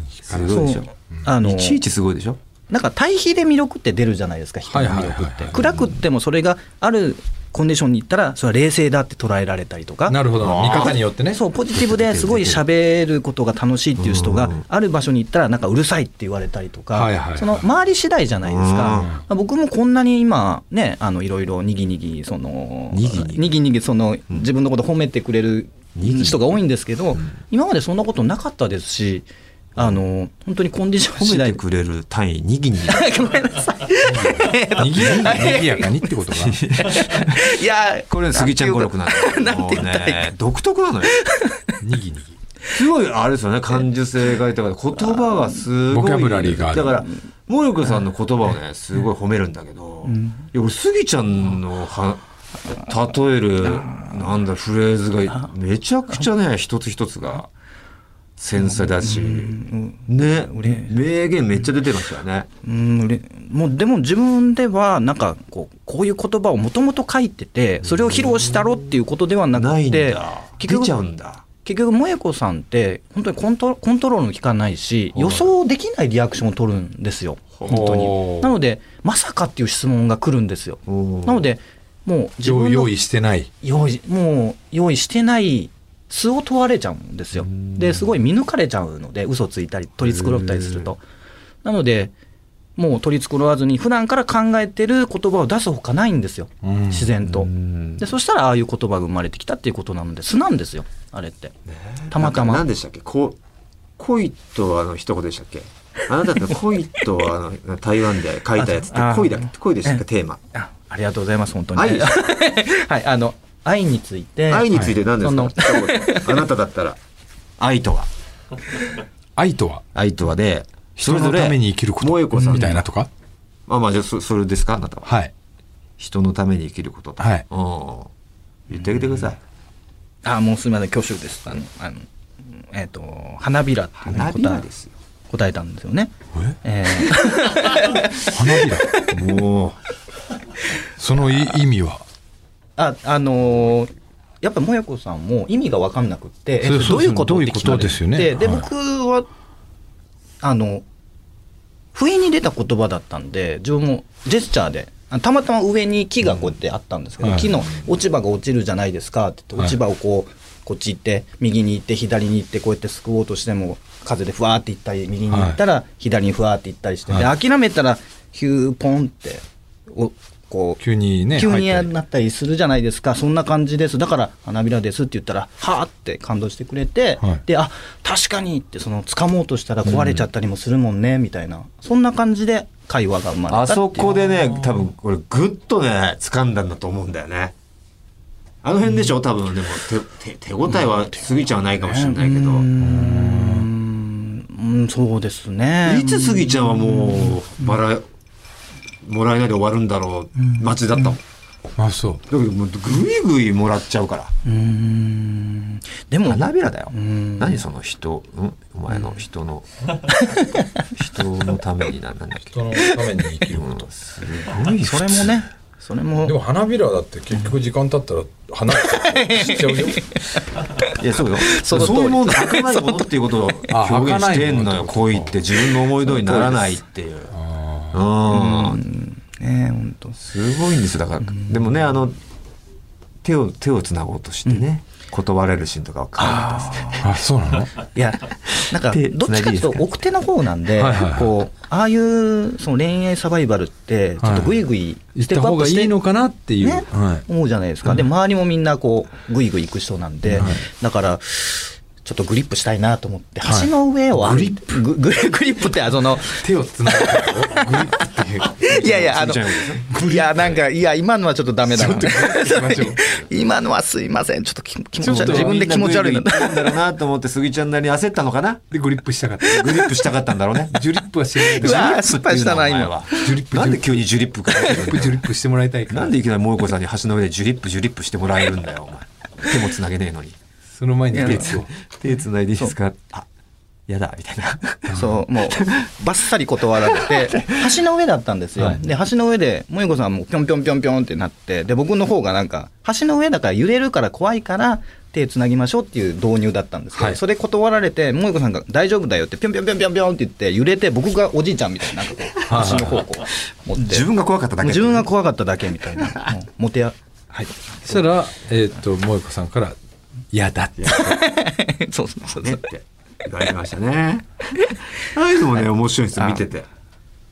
B: す
E: そ
B: ご
E: う
B: いでしょ
E: あの
B: いちいちすごいでしょ
E: なんか対比で魅力って出るじゃないですか光の魅力
G: はい
E: っ
G: はいはい
E: て
G: はい
E: 暗くってもそれがあるコンディションに行ったらそれは冷静だって捉えられたりとか
H: なるほど見方によってね
E: そうポジティブですごい喋ることが楽しいっていう人がある場所に行ったらなんかうるさいって言われたりと
G: はいはいは
E: か
G: い
E: その周り次第じゃないですか僕もこんなに今ねあのいろいろにぎにぎその
B: にぎにぎ
E: にぎにぎその自分のこと褒めてくれる人が多いんですけど今までそんなことなかったですしあの本当にコンディション
B: 褒
E: 次
B: め
E: 第
B: てくれる単位にぎにぎ
E: ご めんなさい
G: にぎにぎやかにってことが
E: いや
B: これ杉ちゃん語録なんだ
E: なんて言ったらいいか
B: もうね独特なのよ
G: にぎにぎ
B: すごいあれですよね感受性が豊かで言葉がすごい
G: ボキャブラリーがある
B: だから萌子さんの言葉をねすごい褒めるんだけど、いや俺スギちゃんのは例えるなんだフレーズがめちゃくちゃね一つ一つが繊細だし、ね名言めっちゃ出てましたよね。
E: うんうれもうでも自分ではなんかこうこういう言葉をもともと書いててそれを披露したろっていうことではな
B: な
E: く
B: いん
E: て
B: だ
E: 結
B: 出ちゃう
E: 局
B: んだ。
E: 結局萌子さんって本当にコントコントロールの効かないし予想できないリアクションを取るんですよ本当
G: ほ
E: に
G: う
E: なのでまさかっていう質問が来るんですよ
B: おー
E: なのでもう自
H: 用
E: 分の
H: 用意してない
E: 用意もう用意してない素を問われちゃうんですよですごい見抜かれちゃうので嘘ついたり取り繕ったりするとなのでもう取り繕わずに普段から考えてる言葉を出すほかないんですよ自然とでそしたらああいう言葉が生まれてきたっていうことなので素なんですよあれってたまた
B: なんか
E: ま
B: 何でしたっけこう恋とはあの一言でしたっけあなたって恋とはあの台湾で書いたやつって恋だっけ恋でしたっけテーマ
E: あありがとうございます本当に
B: 愛
E: はいあの愛について
B: 愛について何ですか、
E: はい
B: 一言あなただったら愛とは
G: 愛とは
B: 愛とはで
G: 人のために生きること
B: 萌子さん
G: みたいなとか
B: まあまあじゃあそそれですかあなたは
G: はい
B: 人のために生きることと
G: はい
B: うん言ってあげてください
E: あもうすみません挙手ですあのあのえっ、と花びらっていうのを
B: 花び
E: 答
B: ら
E: え
B: ですよ
E: 答えたんですよね
G: え
E: え
G: 花びら
B: もう
G: そのい意味は
E: ーああのーやっぱもやこさんも意味が分かんなくって、え
G: そう
E: っと
G: そう
E: どういうこと
G: どう
E: っ
G: いう
E: て
G: こ
E: 聞か
G: と
E: れて
G: ですよね
E: で
G: はい
E: 僕はあの不意に出た言葉だったんで自分もジェスチャーであたまたま上に木がこうやってあったんですけど、
G: はい
E: 木の落ち葉が落ちるじゃないですかって言って落ち葉をこう、こっち行って右に行って左に行ってこうやってすくおうとしても風でふわーって行ったり右に行ったら左にふわーって行ったりして、
G: は
E: で諦めたらヒューポンっておこう
G: 急にね
E: 急
G: 入
E: に
G: ったり
E: なったりするじゃないですか、そんな感じです、だから花びらですって言ったら、はあって感動してくれて、
G: はい
E: で、あ確かにって、その掴もうとしたら壊れちゃったりもするもんね、みたいな、そんな感じで会話が生まれた
B: あ
E: っていう
B: そこでね、多分これグッとね、掴んだんだと思うんだよね。あの辺でしょ、多分。でも手、手、手応えは過ぎちゃわないかもしれないけど
E: うー。ん、うんそうですね。
B: いつ過ぎちゃんはもう、バラ、もらえないで終わるんだろう、待ちだったもん。だ
G: あそう
B: けど、もう、ぐいぐいもらっちゃうから。
E: うーんでも、
B: 花びらだよ。
E: ん
B: 何その人、んお前の人の、人のためにな、なんだっけ。
H: 人のために生きる
B: うんすごい普通。
E: それもね、それも
H: でも花びらだって結局時間経ったら花ってしちゃうよ
B: いや、そうよ。
E: その通り
B: そういうもの、儚いものっていうことを
G: あ
B: 表現してんの
G: 儚いも
B: よ、
G: の
B: 恋って。自分の思い通りにならないっていう。うん。
E: ね、本当
B: すごいんですよ、だから。でもね、あの、手を、手を繋ごうとしてね、断れるシーンとかは可愛かったです
G: あそ
B: ね。
G: うなの
E: いや、なんか、
B: 手
E: どっちか
B: つなぎ
E: というと
B: です、か
E: 奥手の方なんで
G: はいはいはい、
E: こう、ああいう、その恋愛サバイバルって、ちょっとぐいぐい、
G: 行った方がいいのかなっていう、
E: ね
G: はい、
E: 思うじゃないですか。で、周りもみんな、こう、ぐいぐい行く人なんで、だから、ちょっとグリップしたいなと思って、
G: はい
E: 橋の上を歩い
G: グリッ
E: て、ググ リグリップって、あそ の、
G: 手をつなぐグリップっていう
E: いやいや、あの、いや、なんか、いや、今のはちょっとダメだな。 今のはすいません。ちょっと気気持ち悪い。自分で気持ち悪い
B: な。
E: なん
B: だろうなと思って、杉ちゃんなりに焦ったのかな
G: でグリップしたかった
B: グリップしたかったんだろうね。
G: ジュリップはしてないけ
E: う
G: ど
E: わー失敗したな、
B: お前
E: 今。
B: は
G: ジュリップ
B: なんで急にジュリップかけ
G: ジュリッ
B: てるんだ
G: プ
B: よ
G: ジュリップしてもらいたいから
B: なんでいきなり萌子さんに橋の上でジュリップジュリップしてもらえるんだよ、お前。手も繋げねえのに。
G: その前に手を
B: 手繋いでいいですかあ、やだ、みたいな。
E: そう、もう、ばっさり断られ て、橋の上だったんですよ。
G: はい
E: で、橋の上で、萌子さんもぴょんぴょんぴょんぴょんってなって、で、僕の方がなんか、橋の上だから揺れるから怖いから、手つなぎましょうっていう導入だったんですけど、
G: はい
E: それ断られて、萌子さんが大丈夫だよって、ぴょんぴょんぴょんぴょんぴょんって言って、揺れて、僕がおじいちゃんみたいな、なんかこう、橋の方向持って、
B: 自分が怖かっただ
E: もう
B: け。
E: 自分が怖かっただけみたいな、もうもてや、はい。
G: そしたらえっ、と萌子さんから「嫌だ」って
E: そうそうそう
B: ねって言われてましたね。ああいうのもね、面白いんですよ、見てて。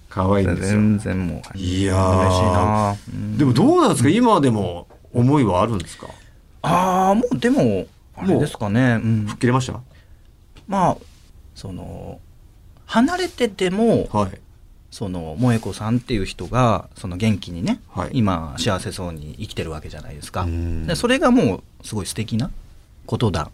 B: 可愛いんですよ。
E: 全然もう、
B: いやー
E: 嬉しいなうん
B: でもどうなんですか今でも思いはあるんですか
E: ああ、もうでも、あれですかね。うん
B: 切れました
E: まあその離れてても
B: はい。
E: その萌子さんっていう人がその元気にね、
B: はい
E: 今幸せそうに生きてるわけじゃないですか
B: ん
E: でそれがもうすごい素敵なことだ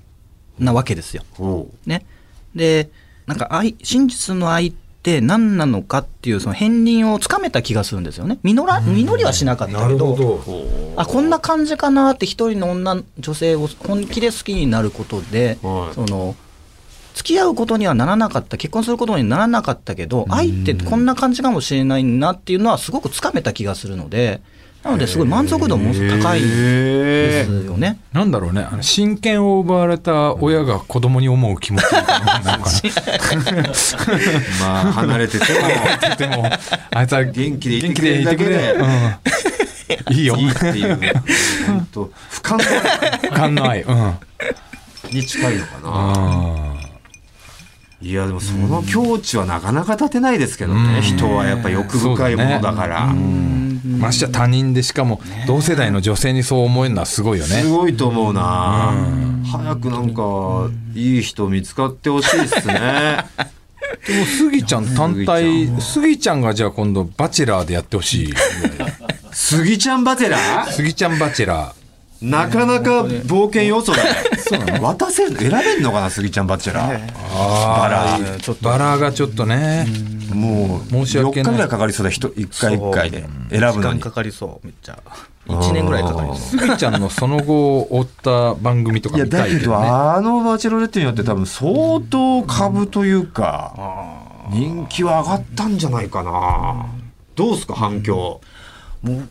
E: なわけですよ。
B: ほ
E: ね、でなんか愛真実の愛って何なのかっていうその片鱗をつかめた気がするんですよね実ら実りはしなかったけどあこんな感じかなって一人の女女性を本気で好きになることで、
B: はい
E: その付き合うことにはならなかった結婚することにならなかったけど愛ってこんな感じかもしれないなっていうのはすごくつかめた気がするのでなのですごい満足度も高いですよね。
G: なんだろうねあの親権を奪われた親が子供に思う気持ちみたいなもんなのか
B: う。まあ、離れてて
G: なでもあいつは
B: 元気でいて
G: 元
B: く
G: 気
B: れ
G: で
B: る
G: い
B: だ
G: て
B: け
G: く
B: で
G: れ、 うん、いいよ
B: も、いいって いう。本当不可能
G: 分かんない、うん、あ
B: に近いのかな。
G: あ
B: いや、でもその境地はなかなか立てないですけどね。人はやっぱ欲深いものだから。
E: うん
C: ましてや他人でしかも同世代の女性にそう思えるのはすごいよね
B: すごいと思うな、早くなんかいい人見つかってほしいっすね
C: でもスギちゃん単体スギちゃんがじゃあ今度バチェラーでやってほしい
B: スギちゃんバテラー
C: スギちゃんバチェラ
B: なかなか冒険要素だねそうなの渡せる選べんのかなスギちゃんバチェラー、バラー
C: ーバラーがちょっとね
B: もう
C: 申し訳な
B: 4
C: い
B: 日ぐらいかかりそうだ一一回一回で選ぶ
E: 時
B: の
E: 間
B: に
E: かかりそうめっちゃ1年ぐらいかかりそう
C: スギちゃんのその後を追った番組とか
B: いや
C: 見た
B: だ
C: い
B: け
C: け
B: ど
C: どね
B: あのバチェロレッテによって多分相当株というか人気は上がったんじゃないかなどうすか反響実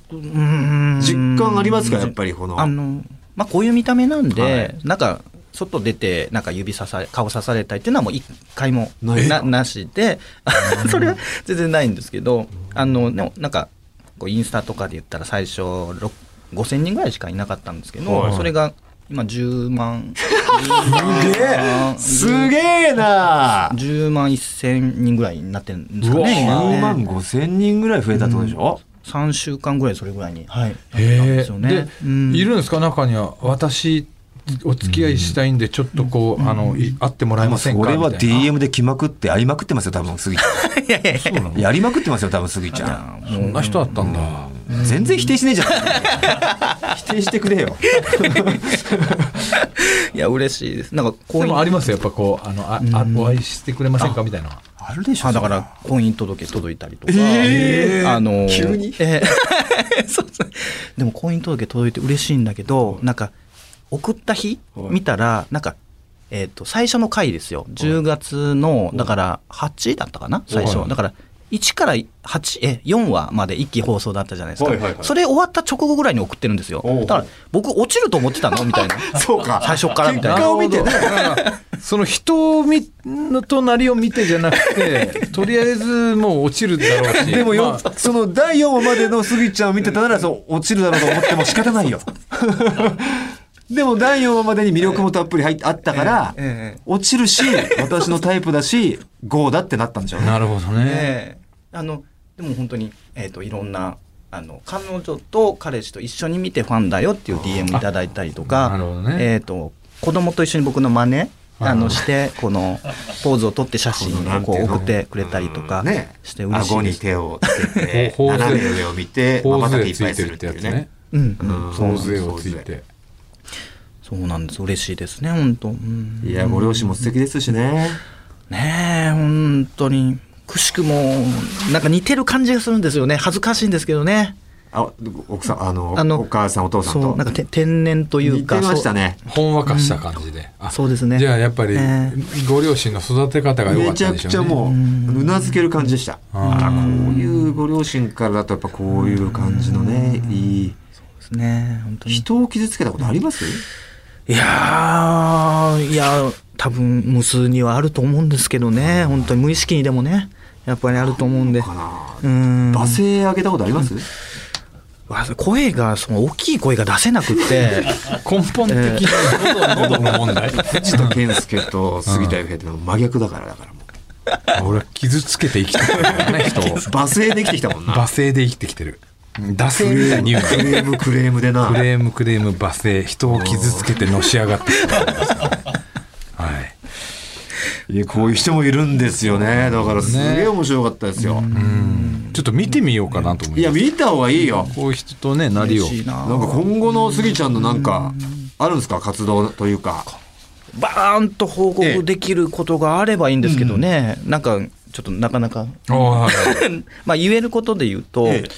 E: 実
B: 感ありますかやっぱりこの
E: あの、まあ、こういう見た目なんで、
B: はい
E: なんか、外出て、なんか指さされ、顔刺されたりっていうのはもう一回も
B: ない
E: ななしで、 それは全然ないんですけど、あの、でもなんか、こうインスタとかで言ったら最初、ろ5000人ぐらいしかいなかったんですけど、
B: はい
E: それが今10万。
B: すげえな
E: 10万1000人ぐらいになってるんです
B: う
E: か
B: わ
E: ね、今ね
B: 10万5千人ぐらい増えたってことでしょ、
E: 3週間ぐらいそれぐらいに、はい、なったん
C: へ
E: ですよ
C: ー
E: ね。
C: で
E: うん
C: いるんですか中には私お付き合いしたいんでちょっとこう、あのい会ってもらえ
B: も
C: ま
B: う
C: せんか
B: それは
C: みたいな
B: DM で来まくって会いまくってますよ多分スギちゃんやりまくってますよ多分スギちゃん
C: そんな人だったんだ、
B: 全然否定しねえじゃん否定してくれよ
E: いや、嬉しいです。なんか、こう
C: で
E: いう
C: もありますよやっぱこうあのああお会いしてくれませんかみたいな
B: あるでしょ
E: あだか
B: それ
E: ら婚姻届届いたりとか、
B: えー
E: あの
B: 急に
E: えー そうそうでも婚姻届届いて嬉しいんだけどなんか送った日見たらなんかえっ、と最初の回ですよ10月のだから8だったかな最
C: はい
E: 初だから1から8え4話まで一期放送だったじゃないですか、
I: はいはいはい
E: それ終わった直後ぐらいに送ってるんですよだから僕落ちると思ってたのみたいな
B: そうか
E: 最初からみたいな
B: 結果を見てね
C: だからその人を見の隣を見てじゃなくてとりあえずもう落ちるだろうし
B: でもよ、
C: まあ
B: その第4話までのスギちゃんを見てたならそう落ちるだろうと思っても仕方ないよ。でも第4話までに魅力もたっぷり入っあったから、
E: ええ
B: 落ちるし、私のタイプだし、GO だってなったんでしょうね。
C: なるほどね
E: ええあのでも本当に、えー、といろんなあの彼女と彼氏と一緒に見てファンだよっていう DM いただいたりとか
C: なるほどね
E: えー、と子供と一緒に僕の真似あ
C: はい
E: のしてこのポーズを撮って写真をこう送ってくれたりとか
B: ね。
E: して嬉しい
B: 顎
E: で
B: に
E: す。
B: 手をつけて、
C: ほうほう
B: 斜め上を見て、
C: 頬
B: まばたき
C: 杖
B: いっぱ
C: つい
B: いする
C: てる
B: っ
C: ってて
B: い
C: や
B: う
C: つ
B: ね
C: ね。
E: うんうん
B: うん
C: 頬杖をついて
E: そうなんです嬉しいですね本当、うん、
B: いや、ご両親も素敵ですしね。
E: ねえ本当にくしくもなんか似てる感じがするんですよね恥ずかしいんですけどね
B: あ、奥さん、あの、
E: あの
B: お母さん、お父さん
E: そ
B: と。
E: うなんかて天然という
B: 似
E: か
B: てましたね。
C: ほんわかした感じで、あ
E: そうですね
C: じゃあやっぱり
E: え
C: ご両親の育て方が良か
B: め
C: っ
B: ち
C: た
B: ゃ
C: んで
B: く
C: しょうね
B: ちゃもううなずける感じでしたあらこういうご両親からだとやっぱこういう感じのねいい
E: そうですね本当に
B: 人を傷つけたことあります
E: いやー、いや、多分無数にはあると思うんですけどね、本当に無意識にでもね、やっぱりあると思うんで。う
B: かな
E: ーん。
B: 罵声あげたことあります
E: わ声が、その大きい声が出せなく って、
C: 根本的な喉の問題
B: 藤田健介と杉田祐平ってのは真逆だからだからもう
C: 俺は傷つけて生きてるからね人を
B: 罵声できてきたもん な
C: 罵声で生きてきてる惰
B: ク
C: 性み
B: レ
C: たいに言うな
B: ームクレームでな
C: クレームクレーム罵声人を傷つけてのし上がってきたんですからはい
B: いやこういう人もいるんですよねだからすげえ面白かったですよ
C: ちょっと見てみようかなと思
B: い
C: い
B: や
C: ます
B: 見た方がいいよ
C: こういう人とねなりを
E: 嬉しいな
B: なんか今後の杉ちゃんのなんかあるんですか活動というか
E: バーンと報告できることがあればいいんですけどね、なんか、ちょっとなかなか、
C: ああはい
E: まあ言えることで言うと、
B: え
E: え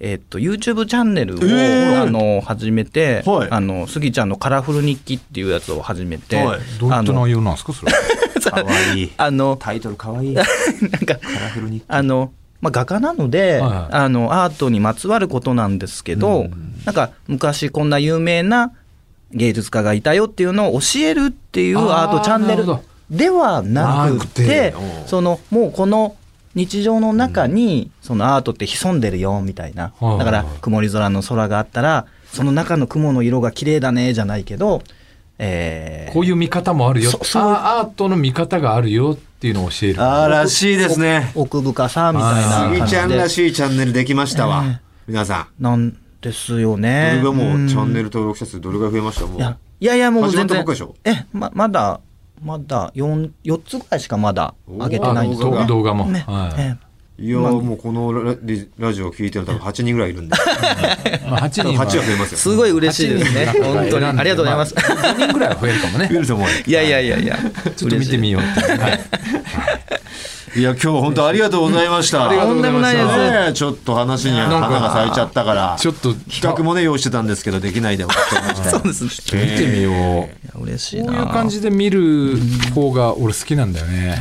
B: え
E: っと YouTube チャンネルを、
B: ええ
E: あの始めて、
B: はい
E: あのスギちゃんのカラフル日記っていうやつを始めて、
B: はい
C: どういっ
E: あ
C: た
E: の
C: 内容なんですかそれ
B: かわいい
E: あの
B: タイトルかわいい
E: なんか
B: カラフルに
E: あの、まあ、画家なの
C: は
E: で、
C: いはい
E: あのアートにまつわることなんですけど、なんか昔こんな有名な芸術家がいたよっていうのを教えるっていうア
C: あー
E: ートチャンネル
C: なるほど
E: ではなくて
C: なくて
E: そのもうこの日常の中にそのアートって潜んでるよみたいな、
C: はいはい
E: だから曇り空の空があったらその中の雲の色が綺麗だねじゃないけど、え ー
C: こういう見方もあるよ
E: そそう
C: あアートの見方があるよっていうのを教える
B: あーらしいですね
E: 奥深さみたいな感じで
B: しいチャンネルできましたわ皆さ
E: なんですよ
B: ん、
E: ね。
B: どれがもうチャンネル
E: ル
B: 登録者数どれぐらい増えましたもう
E: いやいやいやもう
B: 始まっ
E: 全
B: たば
E: 然
B: っかでしょ
E: えままだまだ 4, 四つぐらいしかまだ上げてないんです
B: おー
E: よ
B: あ動
C: 動画も
E: ね
C: はい
E: え
B: いやーもうこのラララジオ聞いてるの多分8人ぐらいいるんで
C: まあ8人
B: 8
C: は
B: は増えます
E: え
B: よ
E: すごい嬉しいですね
C: 8人
E: 本当にありがとうございます、
C: あ5人ぐらいは増えるかもね
B: ウェルさんも
E: いやいやいやいや
C: ちょっと見てみようっていうはい
B: いや今日本当ありがとうございました。
E: とうございましたとんでもない
B: ねえちょっと話には花が咲いちゃったから。
C: ちょっと
B: 企画もね用意してたんですけどできないで終わっちゃいました。
E: そうですね
C: 見てみようこ
E: いや嬉し
C: うい
E: いうな
C: 感じで見る方が俺好きなんだよね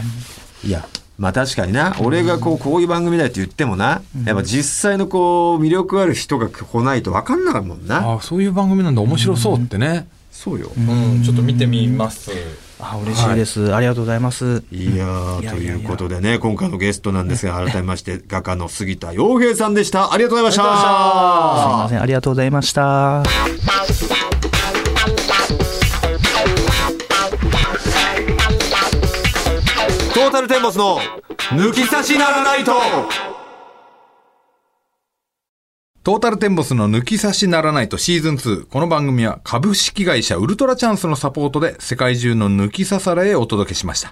B: いや。まあ確かにな、俺がこう、こういう番組だよって言ってもな、やっぱ実際のこう、魅力ある人が来ないと分かんなかったもんな。
C: あそういう番組なんだ面白そうってね
B: そうよ。
J: うん、ちょっと見てみます。
E: あ嬉しいです、ありがとうございます
B: いやー、ということでね、今回のゲストなんですが、改めまして、画家の杉田洋平さんでした。ありがとうございました。
E: すいませんありがとうございました
B: トータルテンボスの、抜き差しならないと
J: トータルテンボスの抜き差しならないとシーズン2。この番組は株式会社ウルトラチャンスのサポートで世界中の抜き差されへお届けしました。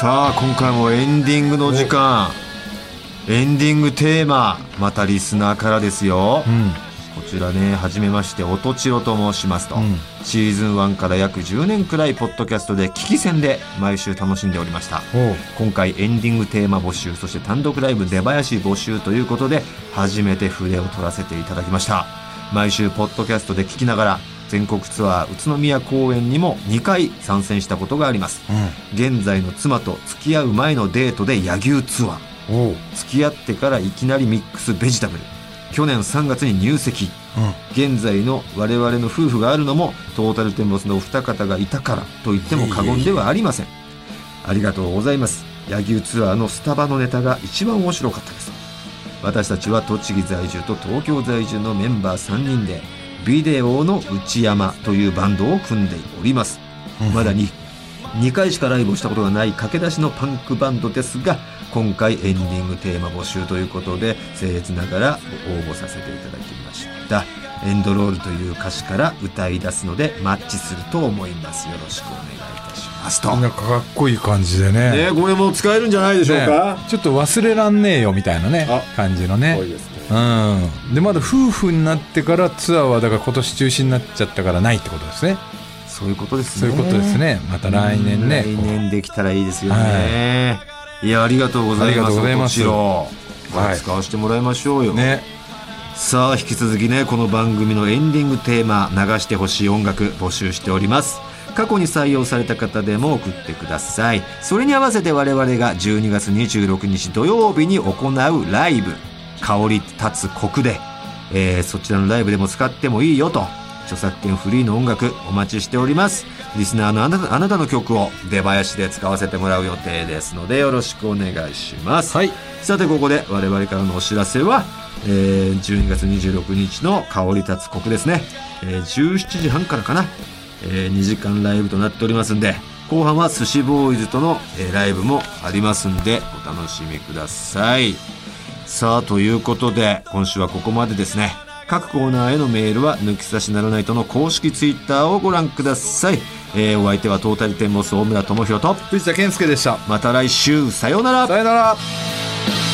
B: さあ今回もエンディングの時間エンディングテーマまたリスナーからですよ、こちらね初めましておとちろと申しますと、シーズン1から約10年くらいポッドキャストで聞き戦で毎週楽しんでおりました今回エンディングテーマ募集そして単独ライブ出囃子募集ということで初めて筆を取らせていただきました毎週ポッドキャストで聞きながら全国ツアー宇都宮公演にも2回参戦したことがあります、現在の妻と付き合う前のデートで柳生ツアー
C: おう
B: 付き合ってからいきなりミックスベジタブル去年3月に入籍、現在の我々の夫婦があるのもトータルテンボスのお二方がいたからと言っても過言ではありませんありがとうございます柳生ツアーのスタバのネタが一番面白かったです私たちは栃木在住と東京在住のメンバー3人でビデオの内山というバンドを組んでおりますまだに2回しかライブをしたことがない駆け出しのパンクバンドですが今回エンディングテーマ募集ということで僭越ながら応募させていただきましたエンドロールという歌詞から歌い出すのでマッチすると思いますよろしくお願いいたしますと、
C: なんかかっこいい感じでね
B: ね、これも使えるんじゃないでしょうか、
C: ねちょっと忘れらんねえよみたいなね
B: あ
C: 感じのね
B: 多いですね
C: うんでまだ夫婦になってからツアーはだから今年中止になっちゃったからないってことですね
B: そういうことです
C: そう
B: ね
C: いうことですねまた来年ね
B: 来年できたらいいですよね、い、やありがとうござい
C: ありが
B: ま
C: と
B: す
C: うございます
B: こちらこ
C: は
B: れ
C: い
B: 使わせてもらいましょうよ、
C: ね
B: さあ引き続きねこの番組のエンディングテーマ流してほしい音楽募集しております過去に採用された方でも送ってくださいそれに合わせて我々が12月26日土曜日に行うライブ香り立つ国で、えーそちらのライブでも使ってもいいよと著作権フリーの音楽お待ちしておりますリスナーのあなたあなたの曲を出囃子で使わせてもらう予定ですのでよろしくお願いします
C: はい
B: さてここで我々からのお知らせは、えー12月26日の「香り立つ国」ですね、えー17時半からかな、え2時間ライブとなっておりますんで後半は寿司ボーイズとの、えーライブもありますんでお楽しみくださいさあということで今週はここまでですね各コーナーへのメールは抜き差しならないとの公式ツイッターをご覧ください、えーお相手はトータルテンボス大村智広と
J: 藤田健介でした。
B: また来週さようなら
J: さよなら。
B: 「